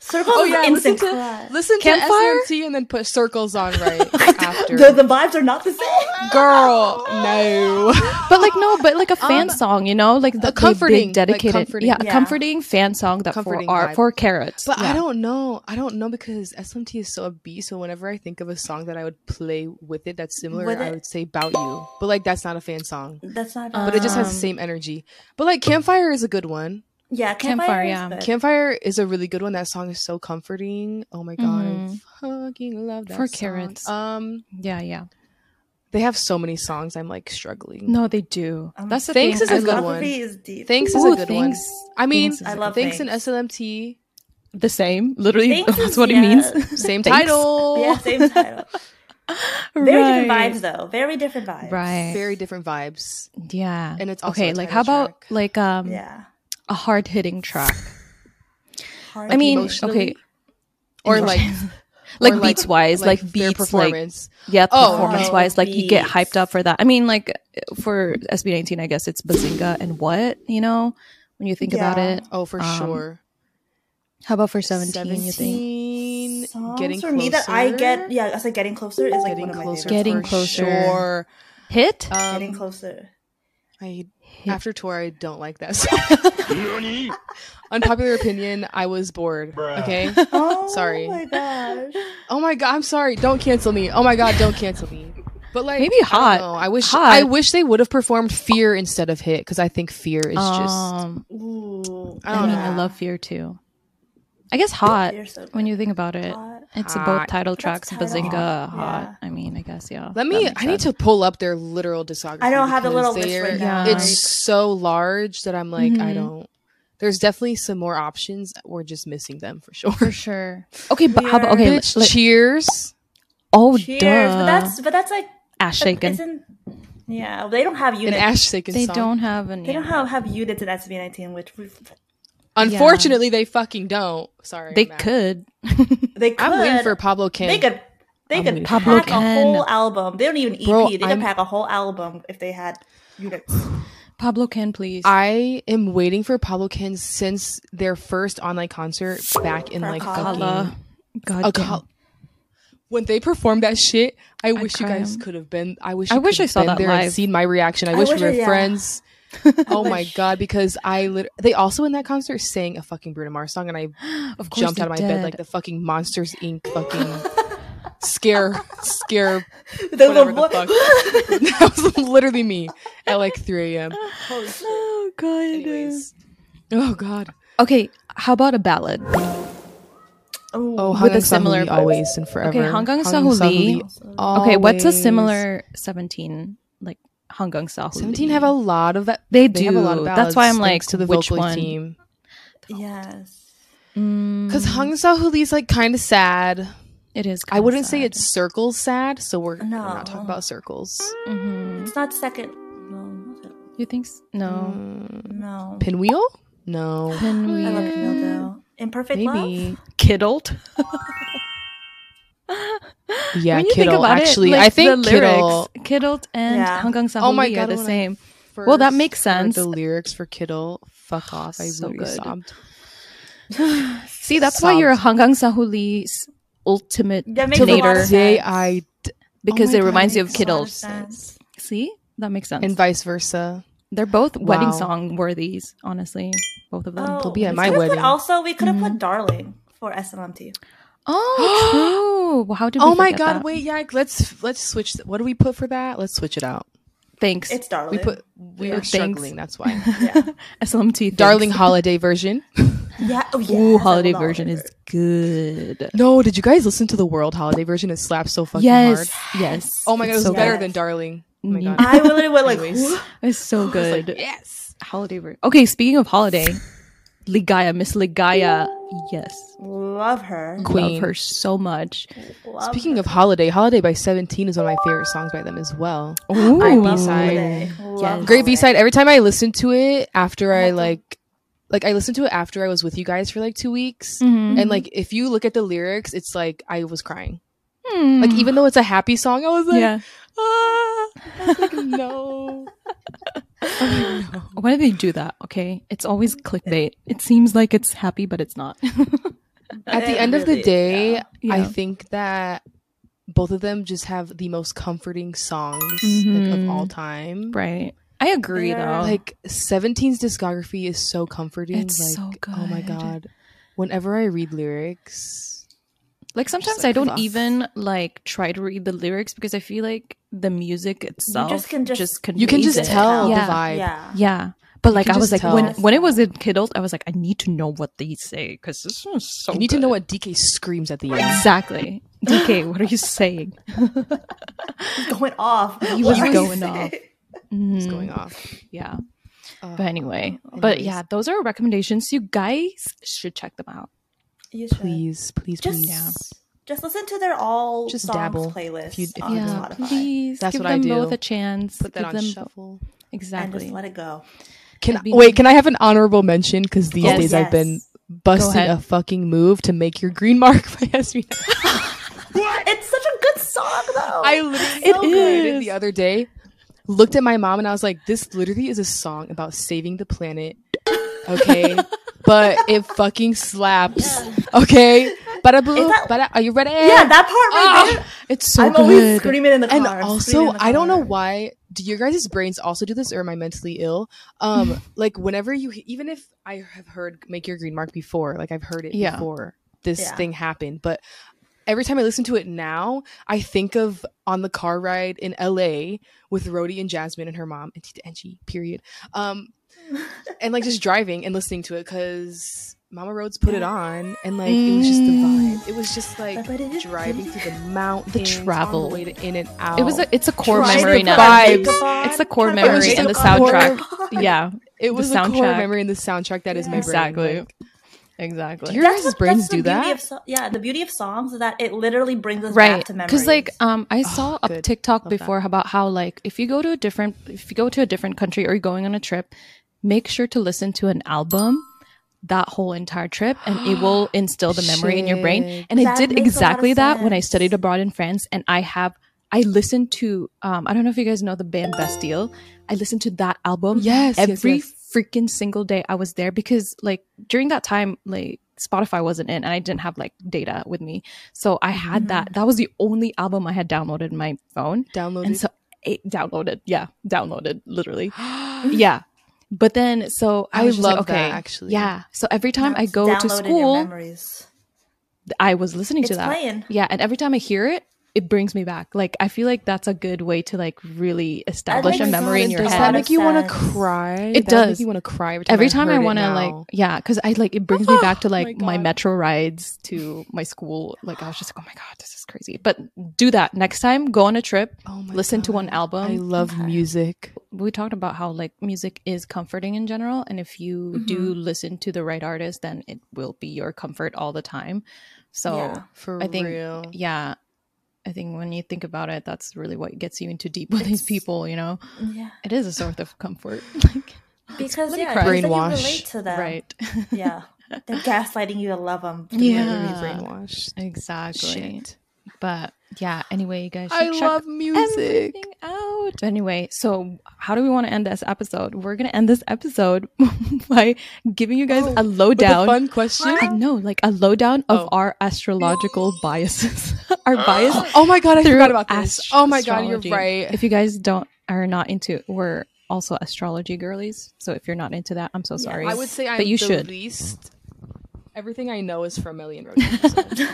S3: circles
S2: Oh,
S3: is
S2: yeah, listen
S3: instant
S2: to-
S3: crush.
S2: Listen
S4: Campfire?
S2: to SMT and then put circles on right after.
S3: The, the vibes are not the same.
S2: Girl, no.
S4: But like no, but like a fan song, you know, like the
S2: Um, comforting, like
S4: dedicated,
S2: comforting.
S4: yeah, a
S3: Yeah.
S4: comforting fan song that
S2: Comforting
S4: for our
S2: vibe.
S4: for carrots.
S2: But
S4: yeah.
S2: I don't know. I don't know because SMT is so upbeat. So whenever I think of a song that I would play with it that's similar,
S3: With
S2: I
S3: it-
S2: would say "Bout You." But like that's not a fan song.
S3: That's not.
S2: But it just has the
S4: Um,
S2: same energy. But like Campfire is a good one.
S3: yeah,
S4: Campfire,
S3: campfire. is
S4: yeah.
S3: good.
S2: Campfire is a really good one. That song is so comforting. Oh my god,
S4: Mhm.
S2: I fucking love that.
S4: For
S2: song.
S4: carrots.
S2: Um,
S4: Yeah, yeah.
S2: they have so many songs. I'm like struggling.
S4: No, they do.
S3: Um,
S4: That's the
S2: Thanks
S4: thing.
S2: is a
S4: I
S2: good
S4: love-
S2: one.
S3: Philosophy is deep.
S2: Thanks is
S4: Ooh,
S2: a good
S4: thanks.
S2: one. I mean,
S4: Thanks is
S3: I
S4: a good
S3: love
S2: thanks,
S3: thanks.
S2: and SLMT,
S4: one. the same. Literally,
S3: Thanks
S4: that's
S3: is-
S4: what
S3: yeah.
S4: it means.
S2: same
S4: Thanks.
S2: title.
S3: Yeah, same title. Very
S4: Right.
S3: different vibes, though. Very different vibes.
S4: Right.
S2: Very different vibes.
S4: Yeah.
S2: And it's also
S4: okay.
S2: a
S4: Like, how
S2: title
S4: about
S2: track.
S4: like um
S3: Yeah.
S4: a hard hitting track?
S3: Hard
S4: I mean,
S2: emotionally?
S4: okay,
S2: Or
S4: Emotion-
S2: like,
S4: like
S2: or
S4: beats wise, like, beats,
S2: their
S4: like
S2: performance.
S4: yeah,
S2: Oh,
S4: performance
S3: no,
S4: wise, like you get
S3: beats.
S4: hyped up for that. I mean, like for SB19, I guess it's Bazinga and what you know when you think about
S3: Yeah.
S4: it.
S2: oh, for
S4: um,
S2: sure.
S4: How about for 17? You think
S2: 17,
S3: songs
S2: getting
S3: for
S2: closer.
S3: me that I get. Yeah, I said getting closer is like
S2: getting
S3: one of my
S2: closer.
S3: favorites.
S4: Getting
S2: for
S4: closer.
S2: Sure.
S4: hit?
S2: Um,
S3: Getting closer.
S2: I
S4: Hit.
S2: after tour, I don't like that song. Unpopular opinion: I was bored.
S5: Bruh.
S2: Okay.
S3: Oh
S2: Sorry.
S3: my gosh.
S2: Oh my god, I'm sorry. Don't cancel me. Oh my god, don't cancel me. But like
S4: Maybe
S2: I don't
S4: Hot.
S2: know. I, wish
S4: Hot.
S2: I wish they would have performed Fear instead of Hit because I think Fear is just
S4: Um,
S3: Ooh.
S2: I
S4: I,
S2: don't
S4: mean,
S2: know.
S4: I love Fear too. I guess hot
S3: You're so
S4: when
S3: good.
S4: you think about it.
S3: Hot.
S4: It's
S2: Hot.
S4: both title tracks,
S3: title.
S4: Bazinga,
S3: Hot.
S4: hot.
S3: Yeah.
S4: I mean, I guess yeah.
S2: Let
S4: that
S2: me.
S4: makes
S2: I need
S4: sense.
S2: to pull up their literal discography.
S3: I don't have the
S2: because
S3: little list
S2: they're-
S3: right
S4: now.
S3: now.
S4: Yeah.
S2: It's so large that I'm like, I
S4: Mhm.
S2: don't. There's definitely some more options. We're just missing them for sure.
S4: for sure. Okay, but how about
S3: We
S4: okay?
S2: Bitch,
S4: let- let-
S2: cheers.
S4: oh,
S3: Cheers.
S4: duh.
S3: But that's but that's like
S4: ass shaken.
S3: Isn't, yeah, they don't have
S2: An
S3: units.
S2: Ash Shaken
S4: They
S2: song.
S4: don't have an.
S3: they don't have, have units in SB nineteen, which we,
S2: Unfortunately, they fucking don't. Sorry.
S4: They
S2: I'm mad.
S4: could.
S3: they could.
S2: I'm waiting for Pablo Kim.
S3: They could. They
S2: I'm
S3: could
S2: waiting for
S3: pack
S4: Pablo
S3: a
S4: Ken.
S3: whole album. They don't even EP.
S2: Bro,
S3: they could
S2: I'm-
S3: pack a whole album if they had units.
S4: Pablo can please.
S2: I am waiting for Pablo Ken since their first online concert back in
S3: For
S2: like
S3: Akala.
S2: fucking
S4: Kala. God damn.
S2: Akala. when they performed that shit, I, wish you
S4: cry.
S2: guys could have been. I wish
S4: I
S2: you
S4: wish
S2: could
S4: I
S2: have
S4: saw
S2: been
S4: that
S2: there and
S4: live.
S2: seen my reaction. I,
S3: I
S2: wish
S3: wish
S2: we
S3: I-
S2: were
S3: yeah.
S2: friends. oh my
S3: wish.
S2: god! Because I lit- they also in that concert sang a fucking Bruno Mars song, and I
S4: Of course,
S2: jumped
S4: they
S2: out of my
S4: did.
S2: bed like the fucking Monsters Inc. fucking scare scare.
S3: The
S2: Whatever
S3: little
S2: the
S3: boy-
S2: fuck. that was literally me at like 3 a.m. Holy shit.
S4: Oh god.
S2: Anyways. Oh god.
S4: Okay, how about a ballad?
S3: Ooh.
S2: Oh,
S4: With
S2: Hang
S4: a
S2: Gang Sang
S4: similar
S2: Hui always and forever.
S4: Okay, Hang Gang Sang
S2: Sang
S4: Hui.
S2: Hui
S4: Okay, what's a
S2: always.
S4: similar 17 like Hangang Sahuli?
S2: 17 have a lot of that.
S4: They
S2: They have a lot of
S4: do.
S2: ballads
S4: That's why I'm
S2: thanks
S4: like,
S2: to the
S4: which one? Mm,
S2: vocalist team.
S3: yes.
S2: Because Hang Sahuli is like kind of sad.
S4: It is.
S2: I wouldn't say
S4: kinda
S2: it's circles sad, so we're I'm not
S3: No.
S2: talking about circles.
S4: sad. Mhm.
S3: It's not second. No. what's it-
S4: You think s- no?
S2: Mm,
S3: No.
S2: pinwheel? No.
S4: Then
S3: I love
S4: we-
S3: Pinot though. Imperfect
S2: Maybe.
S3: love.
S4: Kiddled.
S2: Yeah,
S4: When you think
S2: Kittle.
S4: about it,
S2: actually,
S4: like,
S2: I
S4: the
S2: think
S4: lyrics,
S2: Kittle.
S4: Kiddled and
S3: Yeah.
S4: Hangang
S2: Oh my
S4: Sahuli
S2: God,
S4: are the
S2: when I
S4: same. Well, that
S2: first
S4: makes
S2: heard The
S4: sense.
S2: lyrics for Kittle, fuck off. I
S4: So
S2: really
S4: good.
S2: sobbed.
S4: See, that's why you're a Hangang Sahuli's ultimate
S3: That makes a lot
S4: later
S3: of
S2: the day
S3: sense.
S2: I d-
S4: because
S2: Oh my
S4: it
S2: God,
S4: reminds you of
S3: makes a lot of
S4: Kiddled.
S3: sense.
S4: See, that makes sense.
S2: and vice versa.
S4: They're both wedding
S2: Wow.
S4: song worthies, honestly. Both of them.
S3: Oh,
S2: be at
S3: we
S2: my
S3: could've put
S2: wedding. Mm-hmm.
S3: also, we could have put "Darling" for SLMT.
S4: Oh, true. How did we
S2: Oh my
S4: forget
S2: god!
S4: that?
S2: Wait, yeah. Let's let's switch. th- What do we put for that? Let's switch it out.
S4: Thanks.
S3: It's "Darling."
S2: We put we
S3: Yeah.
S2: were
S4: Thanks.
S2: struggling. That's why.
S4: SLMT. thanks.
S2: Darling holiday version.
S3: yeah. Oh, yes,
S4: Ooh,
S3: I
S4: holiday
S3: love
S4: version is good.
S2: No, did you guys listen to the world holiday version? It slaps so fucking
S4: Yes,
S2: hard.
S4: yes.
S2: Oh my god, it
S4: It's so
S2: was better
S4: good.
S2: than Darling. Oh my
S4: Yeah.
S2: god.
S3: I literally went like,
S2: Anyways.
S3: "Ooh."
S4: It's so good.
S2: yes.
S4: Holiday version. Okay, speaking of holiday, Ligaya, Miss Ligaya. Yes.
S3: love her.
S4: Love
S2: Queen.
S4: her so much.
S3: Love
S2: Speaking of holiday, holiday by Seventeen is one of my favorite songs by them as well.
S4: Ooh.
S2: I
S3: love
S2: B-side.
S3: holiday. Love
S2: Great
S3: holiday.
S2: B side. Every time I listen to it after I like, like I listened to it after I was with you guys for like two weeks,
S4: Mhm.
S2: and like if you look at the lyrics, it's like I was crying.
S4: Hmm.
S2: Like even though it's a happy song, I was like,
S4: yeah.
S2: ah, I was like no. I was like, no.
S4: Why do they do that? Okay, it's always clickbait. It seems like it's happy, but it's not.
S2: At the
S3: It
S2: end of the
S3: really-
S2: day,
S3: yeah.
S2: I
S4: Yeah.
S2: think that both of them just have the most comforting songs like,
S4: Mhm.
S2: of all time.
S4: right. I agree
S3: Yeah.
S4: though.
S2: Like Seventeen's discography is so comforting.
S4: It's
S2: like,
S4: so
S2: Oh my
S4: good.
S2: god! Whenever I read lyrics,
S4: Like sometimes
S2: like,
S4: I don't
S2: ugh.
S4: even like try to read the lyrics because I feel like the music itself just
S3: can
S4: can
S3: just-
S4: just,
S2: you can
S4: conveys
S2: just
S4: it.
S2: tell
S4: Yeah.
S2: the vibe.
S3: Yeah.
S4: Yeah. But like
S2: can
S4: I was like
S2: just
S4: when
S3: tell.
S4: when it was in Kiddles, I was like I need to know what they say because this is so.
S2: You need to know
S4: good.
S2: what DK screams at the
S4: Mm-hmm.
S2: end.
S4: exactly. DK, what are you saying?
S3: Going off.
S4: He
S3: What
S4: was
S3: are you
S4: going
S3: saying?
S4: off.
S2: It's
S4: Mhm.
S2: going off.
S4: Yeah.
S2: Uh,
S4: But anyway, but yeah, those are our recommendations. You guys should check them out.
S3: You should.
S2: please, please,
S3: Just,
S2: please.
S4: Yeah.
S3: just listen to their all
S2: Just
S3: songs
S2: dabble.
S3: playlist
S2: If you- if
S3: on
S2: you
S4: yeah,
S3: Spotify.
S4: please
S2: That's
S4: give
S2: what I
S4: them
S2: do.
S4: both a chance.
S2: Put that
S4: give
S2: on
S4: them
S2: shuffle.
S3: And
S4: exactly.
S3: just let it go.
S2: Can
S4: It'd be
S2: wait?
S4: nice.
S2: Can I have an honorable mention? Because these
S4: Yes.
S2: days I've been
S4: Go
S2: busting
S4: ahead.
S2: a fucking move to make your green mark by SB.
S3: It's such a good song though.
S2: I literally
S4: It
S2: so good.
S4: is.
S2: the other day. Looked at my mom and I was like, "This literally is a song about saving the planet." Okay, but it fucking slaps. Okay, bada boo,
S3: that-
S2: bada. Are you ready? Ah,
S3: yeah, that part right there.
S2: it's so
S3: I'm
S2: good.
S3: always screaming in the car.
S2: and
S3: I'm screaming
S2: also,
S3: in the
S2: I don't know
S3: car.
S2: why. Do your guys' brains also do this, or am I mentally ill? Um, like whenever you, even if I have heard "Make Your Green Mark" before, like I've heard it
S4: Yeah.
S2: before this
S3: Yeah.
S2: thing happened, but every time I listen to it now, I think of on the car ride in L.A. with Rhodey and Jasmine and her mom and Tita Enchi. Period. Um, and like just driving and listening to it because Mama Rhodes put it on, and like it was just the
S4: Mm.
S2: vibe. It was just like driving through the mountains, on
S4: travel.
S2: the way to in and out.
S4: It was a, it's a core
S2: Try to
S4: memory now.
S2: vibe.
S4: It's the core memory
S2: just
S4: and
S2: a
S4: the
S2: core-
S4: soundtrack. Yeah,
S2: It was a core
S4: soundtrack.
S2: memory in the soundtrack that is
S3: Yeah.
S2: my brain.
S4: exactly,
S2: Like,
S4: exactly.
S2: do your guys' brains do that?
S3: Of, so- yeah, the beauty of songs is that it literally brings us
S4: right
S3: back to memories. Oh,
S4: because like um i saw a
S2: good.
S4: tiktok
S2: Love that.
S4: before about how like if you go to a different if you go to a different country or you're going on a trip make sure to listen to an album that whole entire trip and it will instill the memory in your brain
S2: Shit.
S4: and
S3: That
S4: i did
S3: makes a lot of
S4: exactly that when i
S3: sense.
S4: studied abroad in france and i have i listened to um i don't know if you guys know the band bastille i listened to that album
S2: Yes, yes,
S4: every
S2: yes.
S4: freaking single day i was there because like during that time like Spotify wasn't in and I didn't have like data with me. So I had
S2: Mm-hmm.
S3: Mhm.
S4: that. That was the only album I had downloaded in my phone.
S2: Downloaded.
S4: And so it downloaded. Yeah. Downloaded literally. yeah. But then so I,
S2: I
S4: was just like,
S2: love that,
S4: okay.
S2: actually.
S4: Yeah. So every time I
S3: That's
S4: go to
S3: downloaded in your
S4: school,
S3: memories.
S4: I was listening
S3: It's
S4: to that.
S3: playing.
S4: Yeah, and every time I hear it, it brings me back. Like I feel like that's a good way to like really establish
S3: my
S4: a memory in
S3: God,
S4: your
S2: does
S4: head.
S2: that
S3: Lot
S2: make
S3: of
S2: you want
S3: sense.
S2: to cry?
S4: It
S2: That would
S4: does.
S2: Make you want to cry every time,
S4: every time
S2: I've
S4: I
S2: heard it
S4: want to
S2: now. Oh
S4: like yeah, because I like it brings me back to like my,
S2: God.
S4: metro rides to my school. Like I was just like, oh my god, this is crazy. But do that next time. Go on a trip.
S2: Oh my
S4: listen to
S2: God.
S4: one album.
S2: I love
S3: Okay.
S2: music.
S4: we talked about how like music is comforting in general and if you do
S2: Mm-hmm.
S4: listen to the right artist then it will be your comfort all the time so
S3: Yeah.
S4: yeah,
S2: For
S4: I think-
S2: real.
S4: i think when you think about it that's really what gets you into deep with these
S3: It's-
S4: people you know
S3: Yeah.
S4: it is a source of comfort like
S3: Because
S4: let me
S3: yeah,
S4: cry.
S3: because then you
S2: Brainwash.
S3: relate to them.
S4: right
S3: Yeah. They're gaslighting you to love them.
S2: Literally
S4: yeah
S2: brainwashed.
S4: exactly
S2: Shit.
S4: but yeah anyway you guys should
S2: I
S4: check
S2: love music.
S4: everything out. Anyway, so how do we want to end this episode? We're gonna end this episode by giving you guys a
S2: Oh, With a
S4: lowdown.
S2: fun question.
S4: I know, like a lowdown of
S2: Oh.
S4: our astrological biases, our bias.
S2: Oh my god, I
S4: through
S2: forgot about this.
S4: ast-
S2: Oh my god, you're
S4: astrology.
S2: right.
S4: If you guys don't are not into, we're also astrology girlies. So if you're not into that, I'm so
S3: Yeah,
S4: sorry.
S2: I would say I'm
S4: but you
S2: the
S4: should.
S2: least. Everything I know is from Ellie and Rosie. so.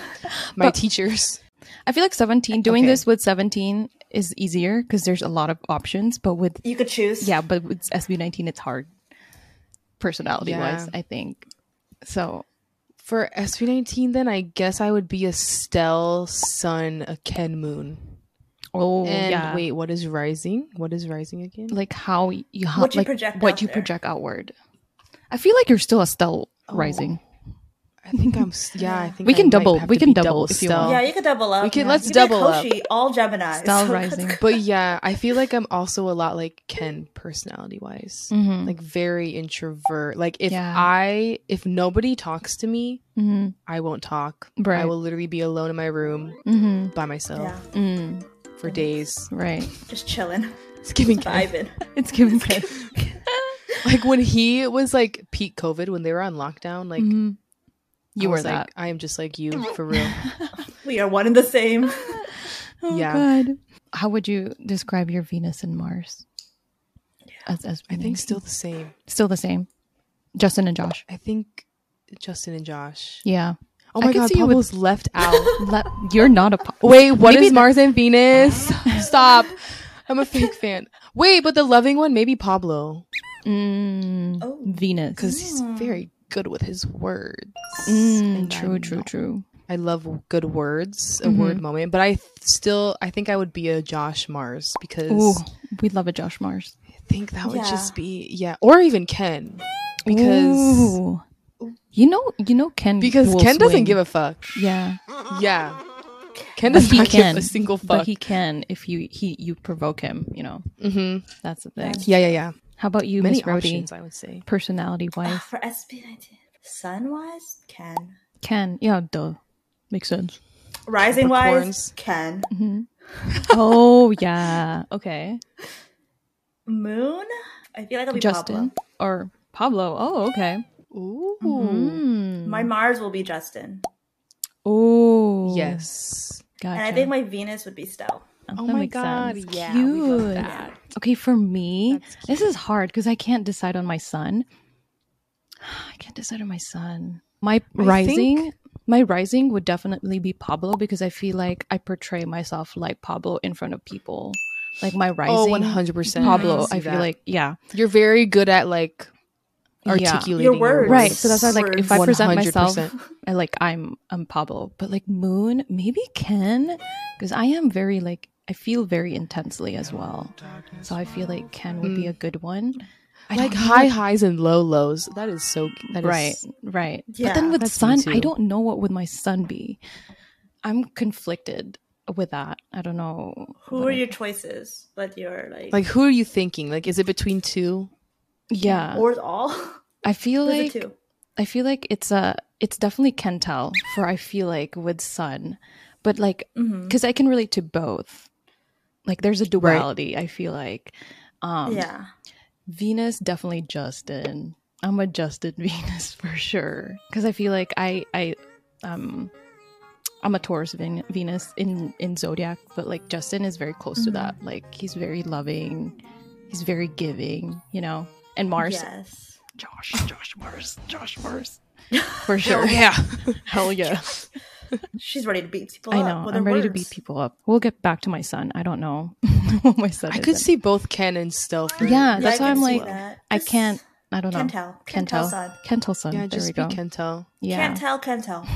S2: My teachers.
S4: I feel like 17 doing
S2: Okay.
S4: this with 17 is easier because there's a lot of options, but with
S3: You could choose.
S4: Yeah, but with SB19, it's hard personality wise,
S2: Yeah.
S4: I think. So,
S2: For SV19, then I guess I would be a Stell Sun, a Ken Moon.
S4: oh,
S2: and
S4: yeah.
S2: wait, what is rising? What is rising again?
S4: Like how you, how,
S3: What you
S4: like,
S3: project
S4: what
S3: out
S4: you
S3: there.
S4: project outward. I feel like you're still a Stell
S2: Oh,
S4: rising.
S2: I think I'm. s- Yeah, I think
S4: We
S2: I
S4: can
S2: might
S4: double-
S2: have
S4: we
S2: to
S4: can
S2: be
S4: double if you
S2: Stell.
S4: want.
S3: Yeah, you could double up.
S2: We could-
S3: yeah.
S2: let's
S3: You could be
S2: double up.
S3: Koshi, all Gemini.
S4: Style rising.
S2: But yeah, I feel like I'm also a lot like Ken personality wise.
S4: Mhm.
S2: Like very introvert. Like if
S4: Yeah.
S2: I if nobody talks to me,
S4: Mhm.
S2: I won't talk.
S4: Right.
S2: I will literally be alone in my room
S4: Mhm.
S2: by myself
S3: Yeah,
S4: Mm.
S2: for days.
S4: Right.
S3: just chilling,
S2: It's giving Ken.
S3: vibing.
S4: It's giving Ken.
S2: Like when he was like peak COVID, when they were on lockdown, like
S4: Mhm. You
S2: I
S4: were
S2: was
S4: that.
S2: like, I am just like you for real.
S3: We are one and the same.
S4: Oh,
S2: Yeah.
S4: God. How would you describe your Venus and Mars? As, as
S2: I think
S4: beings?
S2: still the same.
S4: still the same. Justin and Josh.
S2: I think Justin and Josh.
S4: Yeah.
S2: Oh
S4: I
S2: my
S4: could
S2: god,
S4: see you with-
S2: Pablo's left out.
S4: Let, you're not a. po-
S2: Oh, Wait, what is
S4: Maybe the-
S2: Mars and Venus? Stop. I'm a fake fan. Wait, but the loving one, maybe Pablo.
S4: Mm,
S3: Oh.
S4: Venus.
S2: Because he's very good with his words.
S4: Hmm. Mm,
S2: And
S4: true,
S2: I'm
S4: true, Mm-hmm.
S2: not-
S4: true.
S2: I love good words, a word moment. But I th- still, I think I would be a Josh Mars because
S4: Ooh, we love a Josh Mars.
S2: I think that would
S3: Yeah.
S2: just be, yeah. Or even Ken. Because.
S4: Ooh. you know, you know Ken
S2: Because
S4: will
S2: Ken doesn't
S4: swing.
S2: give a fuck.
S4: yeah,
S2: Yeah. Ken
S4: but
S2: does
S4: he
S2: not
S4: can
S2: give a single fuck.
S4: But he can if you he you provoke him. You know,
S2: hmm
S4: that's the thing.
S2: Yeah, yeah, yeah.
S4: How about you,
S2: Many
S4: Miss Rody?
S2: options, I would say.
S4: Personality wise,
S3: For SB19, sun wise, Ken.
S4: Ken. Yeah, duh, makes sense.
S3: Rising wise,
S2: Capricorns.
S3: Ken.
S2: Mm-hmm.
S4: oh yeah, okay.
S3: Moon. I feel like I'll be
S4: Justin
S3: Pablo.
S4: or Pablo. Oh, okay.
S2: Ooh. Mm-hmm.
S4: Mm.
S2: Hmm.
S3: My Mars will be Justin,
S4: Oh
S2: Yes.
S4: gotcha.
S3: and I think my Venus would be Stell.
S2: Oh
S4: that
S2: my
S4: makes
S2: God,
S4: sense.
S2: yeah,
S4: Cute.
S2: we love that.
S4: Okay, for me,
S2: That's
S4: this is hard because I can't decide on my son. I can't decide on my son. My rising,
S2: think-
S4: my rising would definitely be Pablo because I feel like I portray myself like Pablo in front of people. Like my rising,
S2: Oh, 100%.
S4: Pablo.
S2: see
S4: I feel
S2: that.
S4: like yeah,
S2: you're very good at like
S4: Yeah.
S2: articulating
S3: Your words.
S4: right. So that's why like
S3: Words.
S4: if I present myself,
S2: 100%.
S4: I like I'm I'm Pablo, but like Moon, maybe Ken, because I am very like I feel very intensely as well. So I feel like Ken would be a good one. I
S2: Mm. like
S4: don't know
S2: high highs and low lows. That is so that is-
S4: right right but
S3: Yeah.
S4: then with
S2: That's me
S4: sun
S2: too.
S4: i don't know what would my son be i'm conflicted with that i don't know
S3: Who
S4: what
S3: are
S4: I-
S3: your choices? But you're like,
S2: like who are you thinking? Like is it between two?
S4: yeah
S3: or all.
S4: i feel
S3: Like,
S4: like i feel like it's a it's definitely kentel for i feel like with sun but like
S3: Mm-hmm.
S4: because i can relate to both like there's a duality i feel like um
S3: yeah.
S4: venus definitely justin I'm a Justin Venus for sure because I feel like I I um I'm a Taurus Ven- Venus in in zodiac, but like Justin is very close
S3: Mhm.
S4: to that.
S2: Mm-hmm.
S4: Like he's very loving, he's very giving, you know. And Mars,
S3: Yes.
S4: Josh, Josh Mars, Josh Mars, for sure.
S2: Oh, yeah.
S4: Hell yeah.
S3: She's ready to beat people
S4: I
S3: up
S4: know.
S3: with
S4: I'm
S3: her
S4: ready to
S3: words.
S4: beat people up. We'll get back to my son. I don't know what my son.
S2: I
S4: is
S2: could
S4: in.
S2: see both Ken and Stealth.
S4: Yeah,
S3: Yeah,
S4: that's why
S3: I can
S4: I'm
S3: see
S4: like,
S3: that.
S4: I
S3: Just
S4: can't. I don't know.
S3: Can't tell. Can't
S4: Can't
S3: tell,
S4: tell.
S3: son.
S4: Can't tell son.
S2: Yeah,
S4: there we
S2: just be
S4: go.
S2: Kentel.
S4: yeah.
S3: Can't tell, can't tell.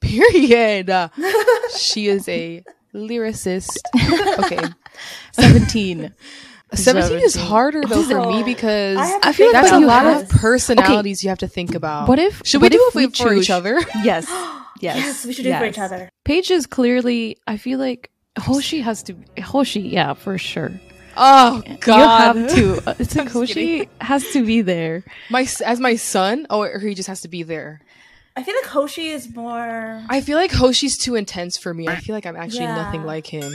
S2: Period. Uh, she is a lyricist. Okay.
S4: 17.
S2: 17 is
S4: 17.
S2: harder though for me
S3: No.
S2: because
S3: I have
S4: I feel
S3: to think
S4: like
S2: that's a
S3: about
S4: you
S2: lot
S3: this.
S2: of personalities you have to think about.
S4: What if
S2: should
S4: what
S2: we do
S4: if
S2: if we for each
S4: choose-
S2: other?
S4: Yes.
S3: yes.
S4: Yes.
S3: we should do it for each
S4: yes.
S3: other.
S4: Paige is clearly I feel like Hoshi has to Hoshi, yeah, for sure.
S2: Oh God,
S4: You have to. uh, It's like
S2: just
S4: Hoshi has to be there.
S2: my s- as my son, oh, or he just has to be there.
S3: I feel like Hoshi is more.
S2: I feel like Hoshi's too intense for me. I feel like I'm actually
S3: Yeah.
S2: nothing like him.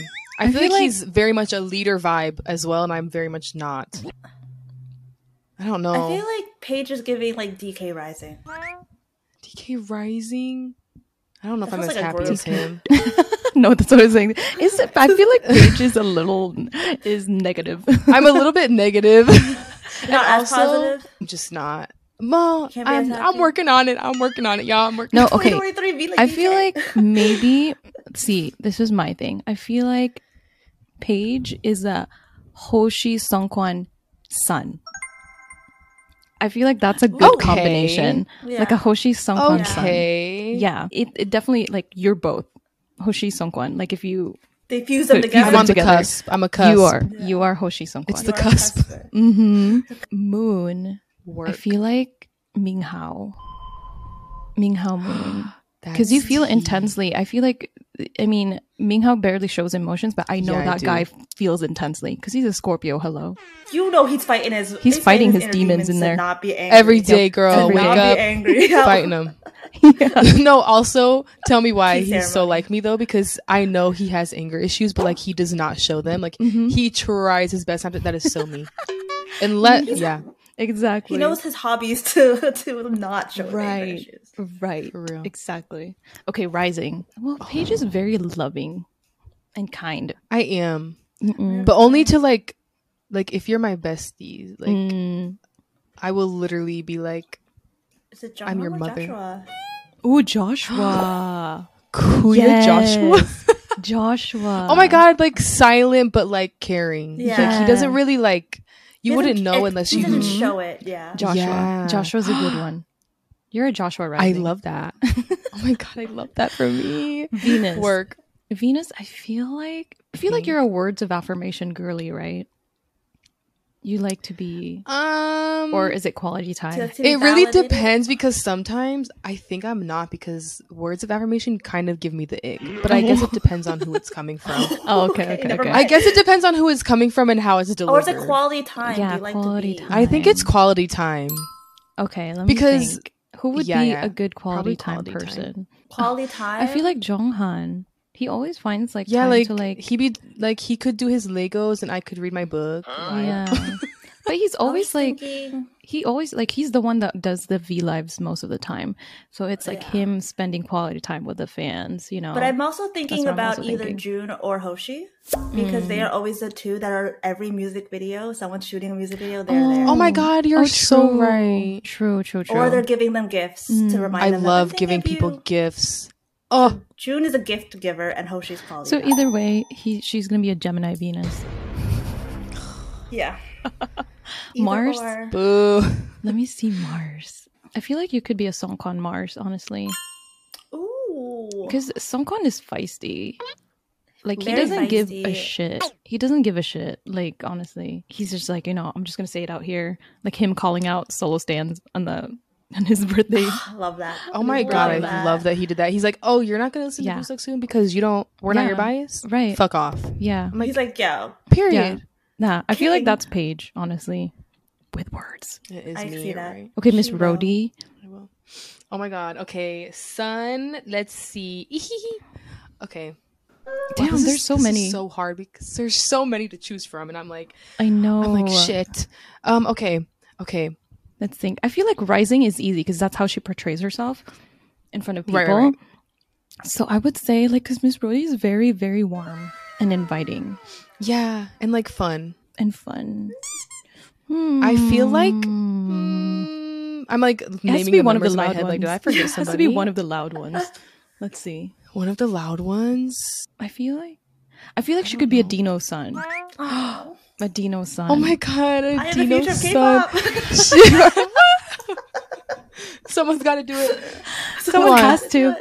S4: I
S2: I, feel,
S4: feel
S2: like
S4: like-
S2: he's very much a leader vibe as well, and I'm very much not. I don't know.
S3: I feel like Paige is giving like DK Rising.
S2: DK Rising. I don't know if
S3: That
S2: I'm as
S3: sounds like a
S2: happy
S3: group.
S2: as him.
S4: no, that's what I was saying. Is it, I feel like Paige is a little is negative.
S2: I'm a little bit negative.
S3: Not
S2: And
S3: as
S2: also-
S3: positive.
S2: I'm just not. Well,
S3: can't be as
S2: I'm, I'm
S3: happy.
S2: working on it. I'm working on it, y'all. I'm working.
S4: No, okay.
S3: 2023, be like
S4: I
S3: DK.
S4: feel like maybe see, this is my thing. I feel like Paige is a Hoshi Songkwan son. I feel like that's a good
S2: Okay.
S4: combination. Like a
S3: Yeah.
S4: Hoshi Songkwan
S2: Okay.
S4: son. Yeah. It, it definitely like you're both. Hoshi Songkwan. Like if you
S3: they fuse them
S4: Wait,
S3: together.
S2: I'm on the
S4: Together.
S2: cusp. I'm a cusp.
S4: you are
S3: Yeah.
S4: you are Hoshi Songkwan.
S2: It's
S3: You
S2: the
S3: are a
S2: cusp.
S3: cusper.
S4: mm-hmm. Moon.
S2: Work.
S4: I feel like Ming Hao. Ming Hao Moon. because
S2: That's
S4: you feel
S2: tea.
S4: intensely. I feel like, I mean, Minghao barely shows emotions, but I know
S2: Yeah, I
S4: that
S2: do.
S4: guy feels intensely because he's a Scorpio. Hello,
S3: You know he's fighting his.
S4: He's fighting his
S3: inner
S4: demons in
S3: to
S4: there.
S3: Not be angry.
S2: every day, girl.
S4: Every day.
S2: wake
S3: Not
S2: up,
S3: be angry.
S2: fighting him. no, also tell me why
S3: Tea
S2: he's so
S3: ceremony.
S2: like me though, because I know he has anger issues, but like he does not show them. Like he tries his best. not to- That is so me. And let yeah,
S4: exactly.
S3: He knows his hobbies to to not show his anger
S4: Right.
S3: issues.
S4: right?
S2: For real. Oh.
S4: Exactly. Okay, rising. Well, Paige is very loving and kind.
S2: I am,
S4: Mm-mm.
S2: but only to like, like if you're my bestie, like
S4: Mm.
S2: I will literally be like,
S3: Is it
S2: I'm
S3: John
S2: your
S3: or
S2: mother.
S3: Joshua?
S4: Ooh, Joshua.
S2: Kuya Joshua.
S4: Yes. Joshua.
S2: Oh my god, like silent but like caring. Yeah, like, he
S4: Yeah.
S2: doesn't really like. You
S3: He doesn't-
S2: wouldn't know
S3: it-
S2: unless
S3: he
S2: you.
S3: doesn't show it. Yeah.
S4: Joshua.
S2: Yeah.
S4: Joshua's a good one. You're a Joshua
S2: I
S4: rising.
S2: love that. oh my god, I love that for me.
S4: Venus.
S2: Work.
S4: Venus, I feel like I feel like you're a words of affirmation girly, right? You like to be
S2: Um.
S4: or is it quality
S3: To-
S4: time?
S3: to be
S2: it really
S3: validated.
S2: depends because sometimes I think I'm not because words of affirmation kind of give me the ick. But I guess it depends on who it's coming from.
S4: Oh, okay,
S3: Okay,
S4: okay, okay.
S3: never
S2: I guess it depends on who it's coming from and how it's delivered.
S3: Or it's like quality time.
S4: Yeah,
S3: you like
S4: quality
S3: to be.
S4: time.
S2: I think it's quality time.
S4: Okay, let me
S2: Because-
S4: think. Who would
S2: yeah,
S4: be
S2: yeah.
S4: a good quality
S2: Probably
S4: time
S2: quality time.
S4: person?
S3: Quality time.
S4: I feel like Jonghan. He always finds like
S2: Yeah,
S4: time
S2: like,
S4: to like
S2: he be like he could do his Legos and I could read my book. Why?
S4: yeah. but he's
S3: I was
S4: always like
S3: thinking-
S4: he always like he's the one that does the V lives most of the time. So it's like
S3: Yeah.
S4: him spending quality time with the fans, you know.
S3: But I'm also thinking
S4: what I'm
S3: about
S4: also
S3: either
S4: thinking. Mm.
S3: June or Hoshi because they are always the two that are every music video. Someone's shooting a music video, they're there.
S2: Oh my god, you're
S4: Oh,
S2: so
S4: true.
S2: right.
S4: True, true, Mm, true.
S3: or they're giving them gifts to remind
S2: I
S3: them. that
S2: love
S3: I'm
S2: giving
S3: thinking
S2: people
S3: of you.
S2: gifts. Oh,
S3: June is a gift giver, and Hoshi's quality.
S4: So
S3: time.
S4: either way, he she's gonna be a Gemini Venus.
S3: yeah, Either
S4: Mars.
S3: or.
S2: boo.
S4: Let me see Mars. I feel like you could be a Songkon Mars, honestly,
S3: Ooh,
S4: because Songkon is feisty. Like he
S3: Very
S4: doesn't give
S3: feisty.
S4: a shit. He doesn't give a shit. Like honestly, he's just like you know. I'm just gonna say it out here. Like him calling out solo stands on the on his birthday.
S3: I love that.
S2: Oh my god, I love that he did that. He's like, oh, you're not gonna listen
S4: Yeah.
S2: to Blue soon because you don't. We're not your
S4: Yeah.
S2: bias.
S4: Right.
S2: Fuck off.
S4: Yeah.
S2: I'm like,
S3: He's like, yo,
S2: period.
S4: Nah. I feel
S3: King.
S4: like that's Paige, honestly, with words.
S2: It is
S3: I
S2: me,
S3: see that.
S2: right?
S4: Okay, Miss
S3: She will.
S4: Rhodey.
S2: I will. Oh my god. Okay, son. Let's see. okay. Wow,
S4: Damn,
S2: this is-
S4: there's so
S2: this is
S4: many.
S2: so hard because there's so many to choose from, and I'm like,
S4: I know.
S2: I'm like shit. Um. Okay. Okay.
S4: Let's think. I feel like Rising is easy because that's how she portrays herself in front of people.
S2: Right, right, right.
S4: So I would say like because Miss Brody is very very warm and inviting
S2: Yeah, and like fun.
S4: and fun.
S2: I feel like
S4: Hmm.
S2: mm, I'm like
S4: It
S2: naming
S4: has to be
S2: the
S4: one of the
S2: numbers in my
S4: loud
S2: head.
S4: ones.
S2: Like, did I forget
S4: It has
S2: somebody?
S4: to be one of the loud ones. Let's see.
S2: one of the loud ones.
S4: I feel like I feel like she could be a Dino son. A Dino son.
S2: Oh my god,
S3: I
S2: a
S3: am the
S2: Dino
S3: future of
S2: son.
S3: K-pop.
S2: Someone's got to do it.
S4: Someone
S2: Come on.
S4: has to.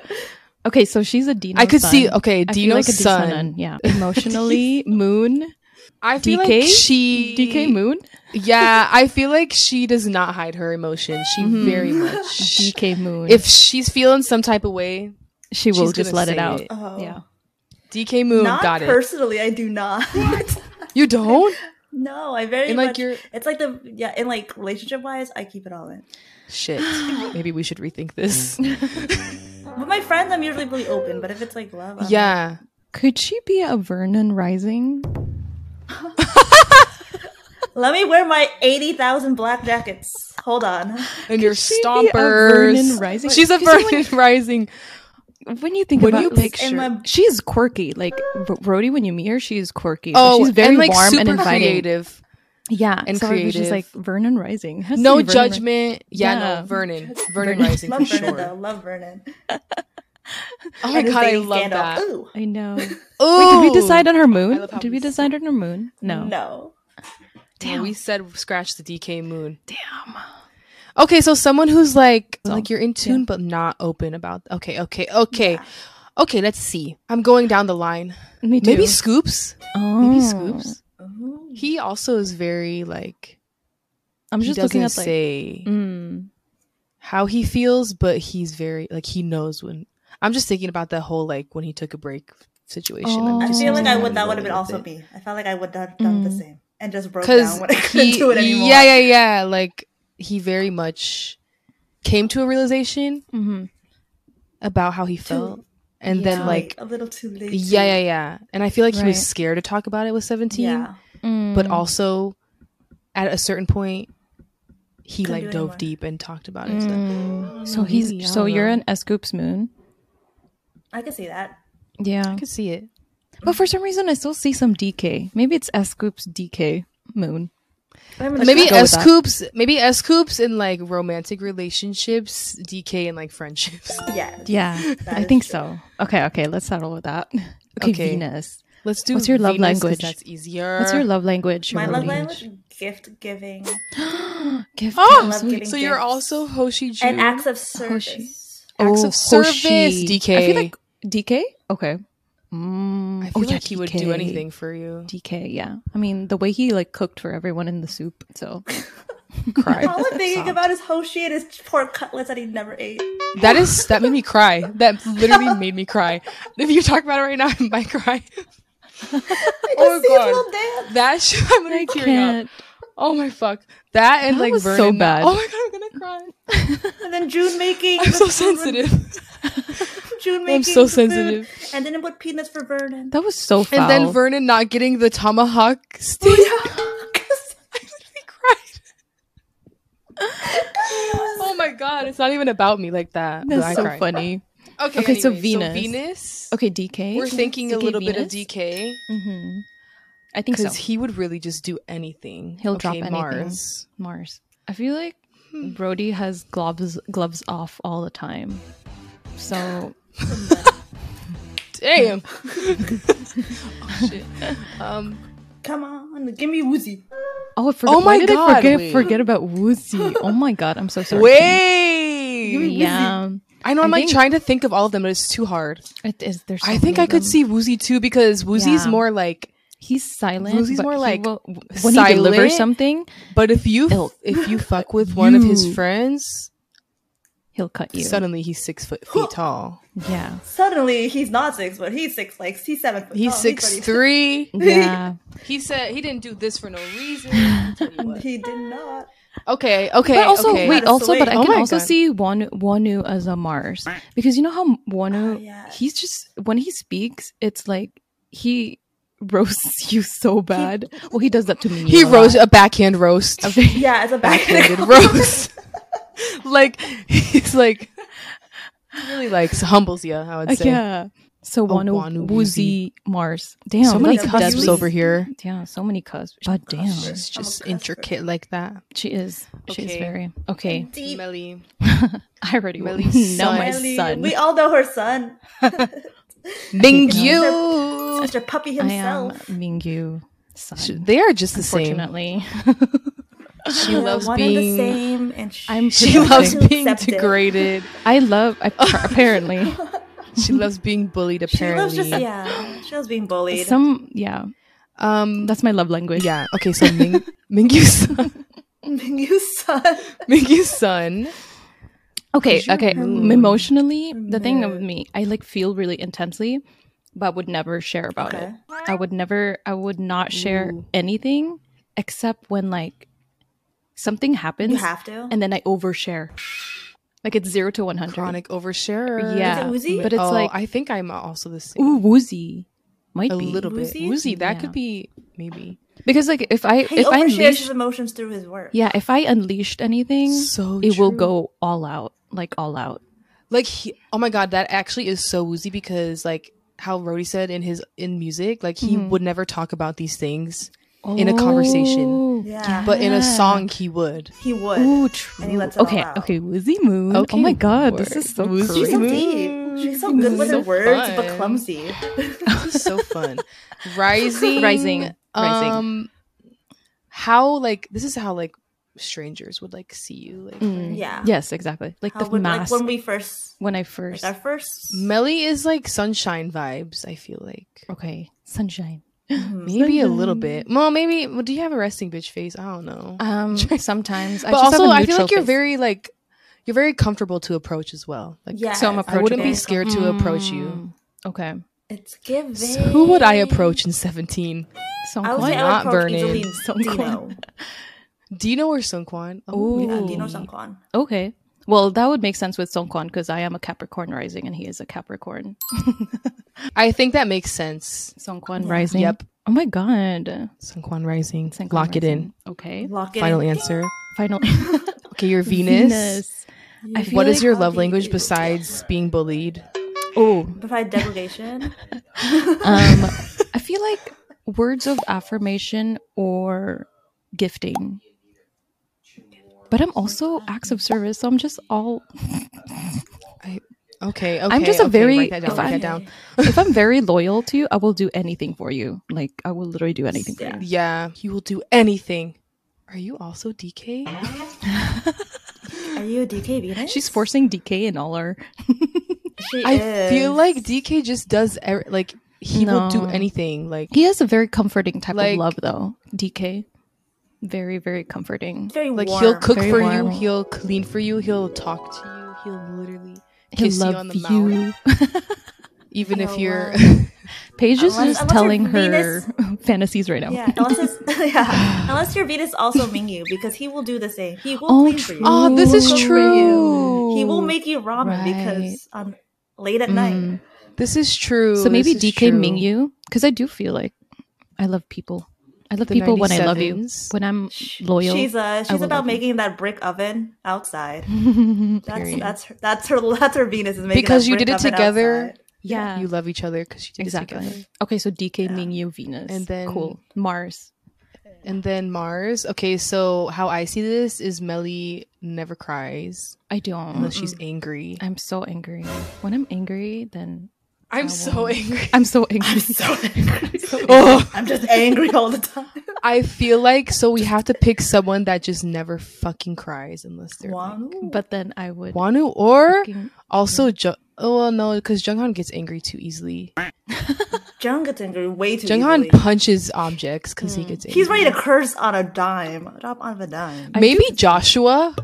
S4: Okay, so she's a Dino.
S2: I could
S4: son.
S2: see. Okay,
S4: I feel
S2: Dino's
S4: like a Dino
S2: son.
S4: son. Yeah, emotionally, Moon,
S2: I feel
S4: DK?
S2: like she
S4: DK Moon,
S2: Yeah, I feel like she does not hide her emotions. She
S4: Mm-hmm.
S2: very much.
S4: DK Moon.
S2: if she's feeling some type of way,
S4: she will
S2: she's
S4: just
S2: gonna
S4: let
S2: say
S4: it out.
S2: it.
S3: Oh.
S4: Yeah.
S2: DK Moon
S3: Not
S2: got it.
S3: personally, I do not.
S2: You don't?
S3: no, I very
S2: And
S3: much.
S2: like your
S3: it's like the yeah, in like relationship wise, I keep it all in.
S2: shit. Maybe we should rethink this.
S4: Mm.
S3: With my friends, I'm usually really open, but if it's like love, I'm
S2: yeah.
S4: Could she be a Vernon Rising?
S3: like, let me wear my eighty thousand black jackets. Hold on,
S2: And your
S4: she be a Vernon
S2: stompers.
S4: Rising?
S2: She's a
S4: Could someone-
S2: Vernon Rising.
S4: When you think
S2: When
S4: about
S2: you
S4: like,
S2: picture
S3: and my
S4: She's quirky. Like Bro- Brody, when you meet her, she's quirky. but
S2: Oh,
S4: she's very
S2: and like
S4: warm
S2: super
S4: and inviting.
S2: creative.
S4: Yeah,
S2: and
S4: so it was just like
S2: creative.
S4: Vernon Rising. It has to
S2: No
S4: be Vernon Rising.
S2: judgment. Yeah,
S4: Yeah.
S2: no, Vernon. Vernon
S4: Vernon.
S2: Rising for
S3: love Vernon
S2: sure.
S3: though. Love Vernon.
S2: Oh my
S3: And his
S2: god, I
S3: dating
S2: love
S3: scandal.
S2: that.
S3: Ooh.
S4: I know. Wait,
S2: Oh,
S4: did we decide on her moon?
S2: love how
S4: Did
S2: we
S4: we decide on her moon? No.
S3: No.
S4: Damn.
S2: we said scratch the DK Moon.
S4: Damn.
S2: Okay, so someone who's like
S4: So,
S2: like you're in tune
S4: yeah.
S2: but not open about. Okay, okay, okay, okay. Let's see. I'm going down the line.
S4: Me too.
S2: Maybe Scoops.
S4: oh.
S2: Maybe Scoops.
S3: Ooh.
S2: He also is very like.
S4: I'm
S2: he
S4: just looking up
S2: doesn't
S4: like.
S2: say
S4: Mm.
S2: how he feels, but he's very like he knows when. I'm just thinking about that whole like when he took a break situation. I'm
S4: Oh.
S3: I
S2: just
S3: feel like I would.
S2: not
S3: That would have been
S2: rolling with
S3: also
S2: it.
S3: me. I felt like I would have done the
S4: Mm.
S3: same and just broke
S2: because
S3: down when I couldn't
S2: he,
S3: do it anymore.
S2: yeah, yeah, yeah. Like he very much came to a realization
S4: Mm-hmm.
S2: about how he felt, and
S4: Yeah.
S2: then like
S3: a little too late.
S2: yeah yeah yeah and i feel like he
S4: Right.
S2: was scared to talk about it with 17
S3: Yeah.
S4: Mm.
S2: but also at a certain point he
S3: Couldn't do
S2: like
S3: it
S2: dove
S3: anymore.
S2: deep and talked about it and stuff.
S4: Mm. So he's.
S2: Maybe, I
S4: so
S2: don't
S4: you're
S2: know.
S4: an S Scoops moon.
S3: I can see that.
S4: Yeah.
S2: i could see it
S4: But for some reason, I still see some DK. Maybe it's S Scoops DK moon.
S2: maybe
S4: go with
S2: s
S4: that.
S2: coops maybe s coops in like romantic relationships dk and like friendships
S3: yeah.
S4: Yeah.
S3: That
S4: I
S3: is
S4: think
S3: true.
S4: so. Okay. Okay. Let's settle with that. Okay.
S2: Okay.
S4: Venus.
S2: let's do
S4: What's your love
S2: Venus 'cause
S4: language?
S2: that's easier
S4: What's your love language?
S3: My love
S4: Shirley?
S3: language, gift giving,
S4: Gift.
S2: oh
S3: love
S2: so
S3: giving
S2: you're
S3: gifts.
S2: also hoshi Ju.
S3: and acts of
S4: Hoshi.
S3: service.
S2: acts of service
S4: Hoshi.
S2: dk
S4: I feel like DK. Okay. Mm,
S2: I
S4: oh,
S2: feel
S4: yeah,
S2: like he would do
S4: DK.
S2: anything for you
S4: DK. Yeah. I mean, the way he like cooked for everyone in the soup. So
S2: cry
S3: All I'm thinking
S2: Sobbed.
S3: about is Hoshi and his pork cutlets that he never ate.
S2: That is that made me cry. That literally made me cry. If you talk about it right now, I might cry.
S3: I just
S2: Oh,
S3: see
S2: God.
S3: his little dance.
S2: That sh- I'm gonna
S4: I
S2: be tearing
S4: can't.
S2: up. Oh my fuck. That and
S4: That
S2: like
S4: was so
S2: Vernon-
S4: bad.
S2: Oh my god, I'm gonna cry.
S3: And then June making.
S2: I'm
S3: the
S2: so
S3: food-
S2: sensitive.
S3: June making.
S2: so
S3: the food,
S2: sensitive.
S3: And then it put peanuts for Vernon.
S4: That was so foul.
S2: And then Vernon not getting the tomahawk steak. I literally cried. oh my god, it's not even about me like that. but I
S4: That's so
S2: cried.
S4: funny.
S2: Okay,
S4: Okay, so Venus.
S2: anyway, Venus.
S4: Okay, DK.
S2: We're thinking a
S4: DK
S2: little bit of
S4: Venus?
S2: DK
S4: Mhm. I think so.
S2: because he would really just do anything.
S4: He'll drop
S2: Okay,
S4: anything.
S2: Mars. Hmm.
S4: Mars. I feel like Brody has gloves gloves off all the time. So
S2: Damn. oh shit. Um,
S3: Come on, give me woozy.
S4: oh, I forgot,
S2: Oh
S4: why
S2: my
S4: did
S2: God,
S4: I forget,
S2: wait.
S4: forget about Woozy. Oh my god, I'm so sorry.
S2: wait.
S4: yeah,
S2: I know. I'm
S4: I
S2: like
S4: think-
S2: trying to think of all of them, but it's too hard.
S4: it is. There's. so
S2: I think
S4: many
S2: I
S4: of
S2: could
S4: them.
S2: see Woozy too because Woozy's
S4: Yeah.
S2: more like.
S4: he's silent.
S2: Woozy's
S4: but
S2: more
S4: he
S2: like
S4: will- when he
S2: silent.
S4: delivers something,
S2: But if you
S4: Ilk.
S2: if you fuck with one of his
S4: You.
S2: friends,
S4: he'll cut you.
S2: suddenly he's six foot feet tall.
S4: Yeah,
S3: Suddenly, he's not six, but he's six, like, he's seven. Foot
S2: He's
S3: tall.
S2: six
S3: pretty-
S2: three.
S4: yeah.
S2: He said he didn't do this for no reason. I'll tell you what.
S3: He did not.
S2: okay, okay.
S4: But also,
S2: okay.
S4: wait,
S3: Yeah, so
S4: also, but
S3: wait.
S4: I
S2: Oh
S4: can
S2: my
S4: also
S2: God.
S4: see Wanu, Wanu as a Mars because you know how Wanu,
S3: Oh, yeah.
S4: he's just when he speaks, it's like he roasts you so bad. well, he does that to me.
S2: He
S4: a lot.
S2: roast a backhand roast.
S3: Yeah, it's a
S2: backhanded
S3: backhanded
S2: roast. like he's like really like humbles you. I would
S4: Like,
S2: say.
S4: yeah. So Wano,
S2: Wano
S4: Woozy Mars. Damn,
S2: So many
S3: that's
S4: that's
S2: cusps
S4: deadly.
S2: over here.
S4: Yeah, so many cusps. God damn,
S3: Sure.
S2: It's
S3: I'm a
S2: just
S3: cusp.
S2: intricate like that.
S4: she is. She is
S2: Okay.
S4: very okay.
S3: Deep.
S2: Melly.
S4: I already know
S2: Millie's
S4: my
S3: Miley.
S4: son.
S3: We all know her son,
S2: Ming
S3: Mr. Puppy
S4: I am
S3: himself.
S4: Mingyu son.
S2: They are just the same.
S4: Unfortunately,
S2: She loves
S3: One and the
S2: being.
S3: same, and she,
S4: I'm-
S2: She loves being
S3: accept it.
S2: degraded.
S4: I love. I, apparently,
S2: She loves being bullied.
S3: She
S2: Apparently.
S3: loves just yeah. She loves being bullied.
S4: some yeah.
S2: Um.
S4: That's my love language.
S2: yeah. Okay. So Ming Mingyu's son,
S3: you son.
S2: Mingyu's son.
S4: Okay.
S2: Is your
S4: Okay.
S2: mood
S4: Emotionally, the thing with me, I like feel really intensely, but would never share about
S3: Okay.
S4: it. I would never. I would not share
S2: Ooh.
S4: anything except when like something happens,
S3: You have to.
S4: and then I overshare. Like it's zero to one hundred.
S2: chronic oversharer.
S4: Yeah,
S3: Is it Uzi?
S4: but it's
S2: Oh,
S4: like
S2: I think I'm also the same.
S4: ooh woozy. Might
S2: a
S4: be
S2: little bit
S3: Woozy?
S2: woozy. That
S4: Yeah.
S2: could be maybe
S4: because like if I
S3: he
S4: if I
S3: overshares
S4: unleash
S3: his emotions through his work.
S4: Yeah, if I unleashed anything,
S2: so.
S4: it will
S2: true.
S4: go all out, like all out.
S2: like he, oh my god, that actually is so woozy because like how Rody said in his in music, like he
S4: Mhm.
S2: would never talk about these things, In a conversation.
S3: Yeah.
S2: Oh, but in a
S4: Yeah.
S2: song he would.
S3: He would.
S4: Ooh, true.
S3: And he lets it all
S4: okay,
S3: out.
S4: okay, Woozy Moon.
S2: Okay,
S4: oh my god, this
S2: word.
S4: is so
S2: Woozy
S3: She's so
S2: Moon.
S4: great.
S3: deep. She's so good with
S2: So
S3: her words, but
S2: fun.
S3: clumsy.
S2: This is so fun. Rising,
S4: Rising, rising.
S2: Um, how like this is how like strangers would like see you. Like
S4: Mm.
S3: Yeah.
S4: Yes, exactly. Like
S3: How
S4: the
S3: would-
S4: mask
S3: Like when
S4: when,
S3: we first,
S4: I
S3: like
S4: first.
S3: our first.
S2: Melly is like sunshine vibes. I feel like.
S4: okay, sunshine.
S3: Mhm.
S2: Maybe a little
S4: Sunshine.
S2: bit. Well, maybe. Well, do you have a resting bitch face? I don't know.
S4: Um, sometimes, I
S2: but
S4: just have
S2: also,
S4: a
S2: I feel
S4: neutral
S2: like you're
S4: face.
S2: very like you're very comfortable to approach as well. Like,
S3: Yeah.
S4: So I'm
S3: I
S2: I wouldn't be
S4: approachable.
S2: scared to approach you.
S4: Mm, Okay,
S3: It's giving.
S2: So who would I approach in 17?
S4: so
S3: I would
S2: Why
S3: say
S4: Kwon.
S3: I would
S2: not
S3: approach
S2: Vernon?
S3: easily
S4: Song
S3: Dino.
S2: Do you know where Sungkwan?
S4: Ooh.
S3: Yeah, Dino
S4: Ooh.
S3: Songkwan.
S4: Okay. Well, that would make sense with Song Kwan because I am a Capricorn rising and he is a Capricorn.
S2: I think that makes sense.
S4: Song Kwan
S3: Yeah.
S4: rising.
S2: Yep.
S4: Oh my god.
S2: Sungkwan rising.
S4: Song Kwan
S2: Lock it in.
S4: rising. Okay.
S3: Lock it
S2: Final
S3: in.
S2: answer.
S4: Final.
S2: Okay, your Venus.
S4: I
S2: What is
S4: feel like-
S2: your
S3: I'll
S2: love
S3: be
S2: language
S3: you.
S2: besides being bullied?
S4: Oh.
S3: Provide degradation.
S4: Um. I feel like words of affirmation or gifting. But I'm also acts of service, so I'm just all.
S2: Okay, okay.
S4: I'm just a
S2: okay,
S4: very-
S2: write that down.
S4: if
S2: write
S4: I-
S2: that down.
S4: if I'm very loyal to you, I will do anything for you. Like I will literally do anything for you.
S2: Yeah, you will do anything. Are you also DK?
S3: Are you a DK Venus?
S4: She's forcing DK in all our.
S3: She
S2: I
S3: is.
S2: feel like DK just does er- like he will do
S4: No.
S2: anything. Like
S4: He has a very comforting type
S2: Like-
S4: of love, though. DK, very very comforting.
S3: It's very
S2: like
S3: warm.
S2: he'll cook
S4: Very
S2: for
S4: warm.
S2: you he'll clean for you he'll talk to you he'll literally
S4: He
S2: Kiss you
S4: love
S2: on the
S4: you.
S2: even if
S3: Oh,
S2: you're
S3: wow.
S4: Paige is
S3: Unless-
S4: just
S3: unless
S4: telling
S3: you're
S4: her fantasies right now.
S3: Yeah, unless it's, yeah, unless your Venus also Mingyu because he will do the same. He will
S4: Oh,
S3: clean for
S4: true.
S3: you.
S2: oh this is
S3: He will cook for
S2: true
S3: you. He will make you ramen
S4: Right.
S3: because on late at
S4: Mm.
S3: night.
S2: this is true
S4: So maybe DK
S2: Mingyu.
S4: Mingyu, because I do feel like I love people. I love people when I love you. When I'm loyal.
S3: She's uh she's
S4: will love
S3: about
S4: you.
S3: making that brick oven outside. That's
S2: Period.
S3: that's her, that's her that's her Venus is making
S2: Because
S3: that
S2: you
S3: brick
S2: did it
S3: oven
S2: together.
S3: outside.
S4: yeah.
S2: you love each other because you did exactly it
S4: exactly.
S2: together.
S4: Okay, so DK Mingyu Venus.
S2: And then-
S4: cool. Mars.
S2: and then mars okay so how i see this is melly never cries
S4: I don't.
S2: unless she's angry
S4: I'm so angry. When I'm angry, then
S2: i'm
S4: so
S2: angry
S4: I'm so angry.
S3: I'm so angry.
S2: oh
S3: I'm just angry all the time.
S2: i feel like so we have to pick someone that just never fucking cries unless they're like,
S3: One,
S4: but then I would
S2: wanu or
S4: fucking-
S2: Also, Ju- oh well, no, because Junghan gets angry too easily.
S3: Jung gets angry way too
S2: Junghan
S3: easily.
S2: punches objects because he gets angry.
S3: He's ready to curse on a dime. Drop on a dime.
S2: Maybe Joshua.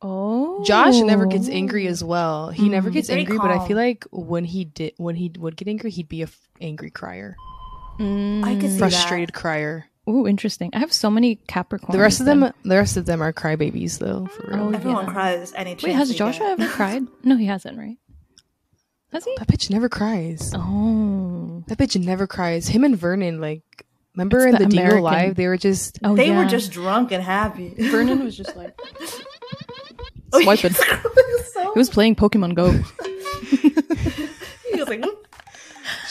S4: Oh
S2: Josh never gets angry as well. He never
S4: Mhm.
S2: gets
S3: He's very
S2: angry, but I
S3: calm.
S2: feel like when he did, when he would get angry, he'd be a f- angry crier,
S4: Mm.
S3: I could see
S2: frustrated crier.
S4: Ooh, interesting. I have so many Capricorn.
S2: The rest of them, the rest of them are crybabies though. For real,
S4: Oh,
S3: that. Everyone
S4: yeah.
S3: cries any chance
S4: Wait, has
S3: they
S4: Joshua
S3: get.
S4: ever cried? No, he hasn't, right? Has he?
S2: that bitch never cries.
S4: Oh,
S2: That bitch never cries. Him and Vernon, like,
S4: It's
S2: remember in
S4: the
S2: the, Dingo
S4: American-
S2: Live? They were just
S4: Oh,
S3: they were
S4: yeah.
S3: just drunk and happy.
S4: Vernon was just like
S3: Oh,
S4: swiping.
S3: yes. so,
S4: He was playing Pokemon Go.
S3: he was like, "Whoop."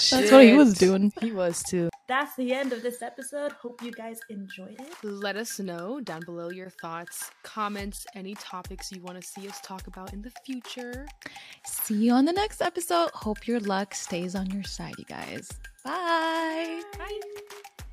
S4: That's what he was
S2: Shit.
S4: doing.
S2: He was too.
S3: that's the end of this episode. Hope you guys enjoyed it.
S2: Let us know down below your thoughts, comments, any topics you want to see us talk about in the future.
S1: See you on the next episode. Hope your luck stays on your side, you guys. Bye.
S3: Bye.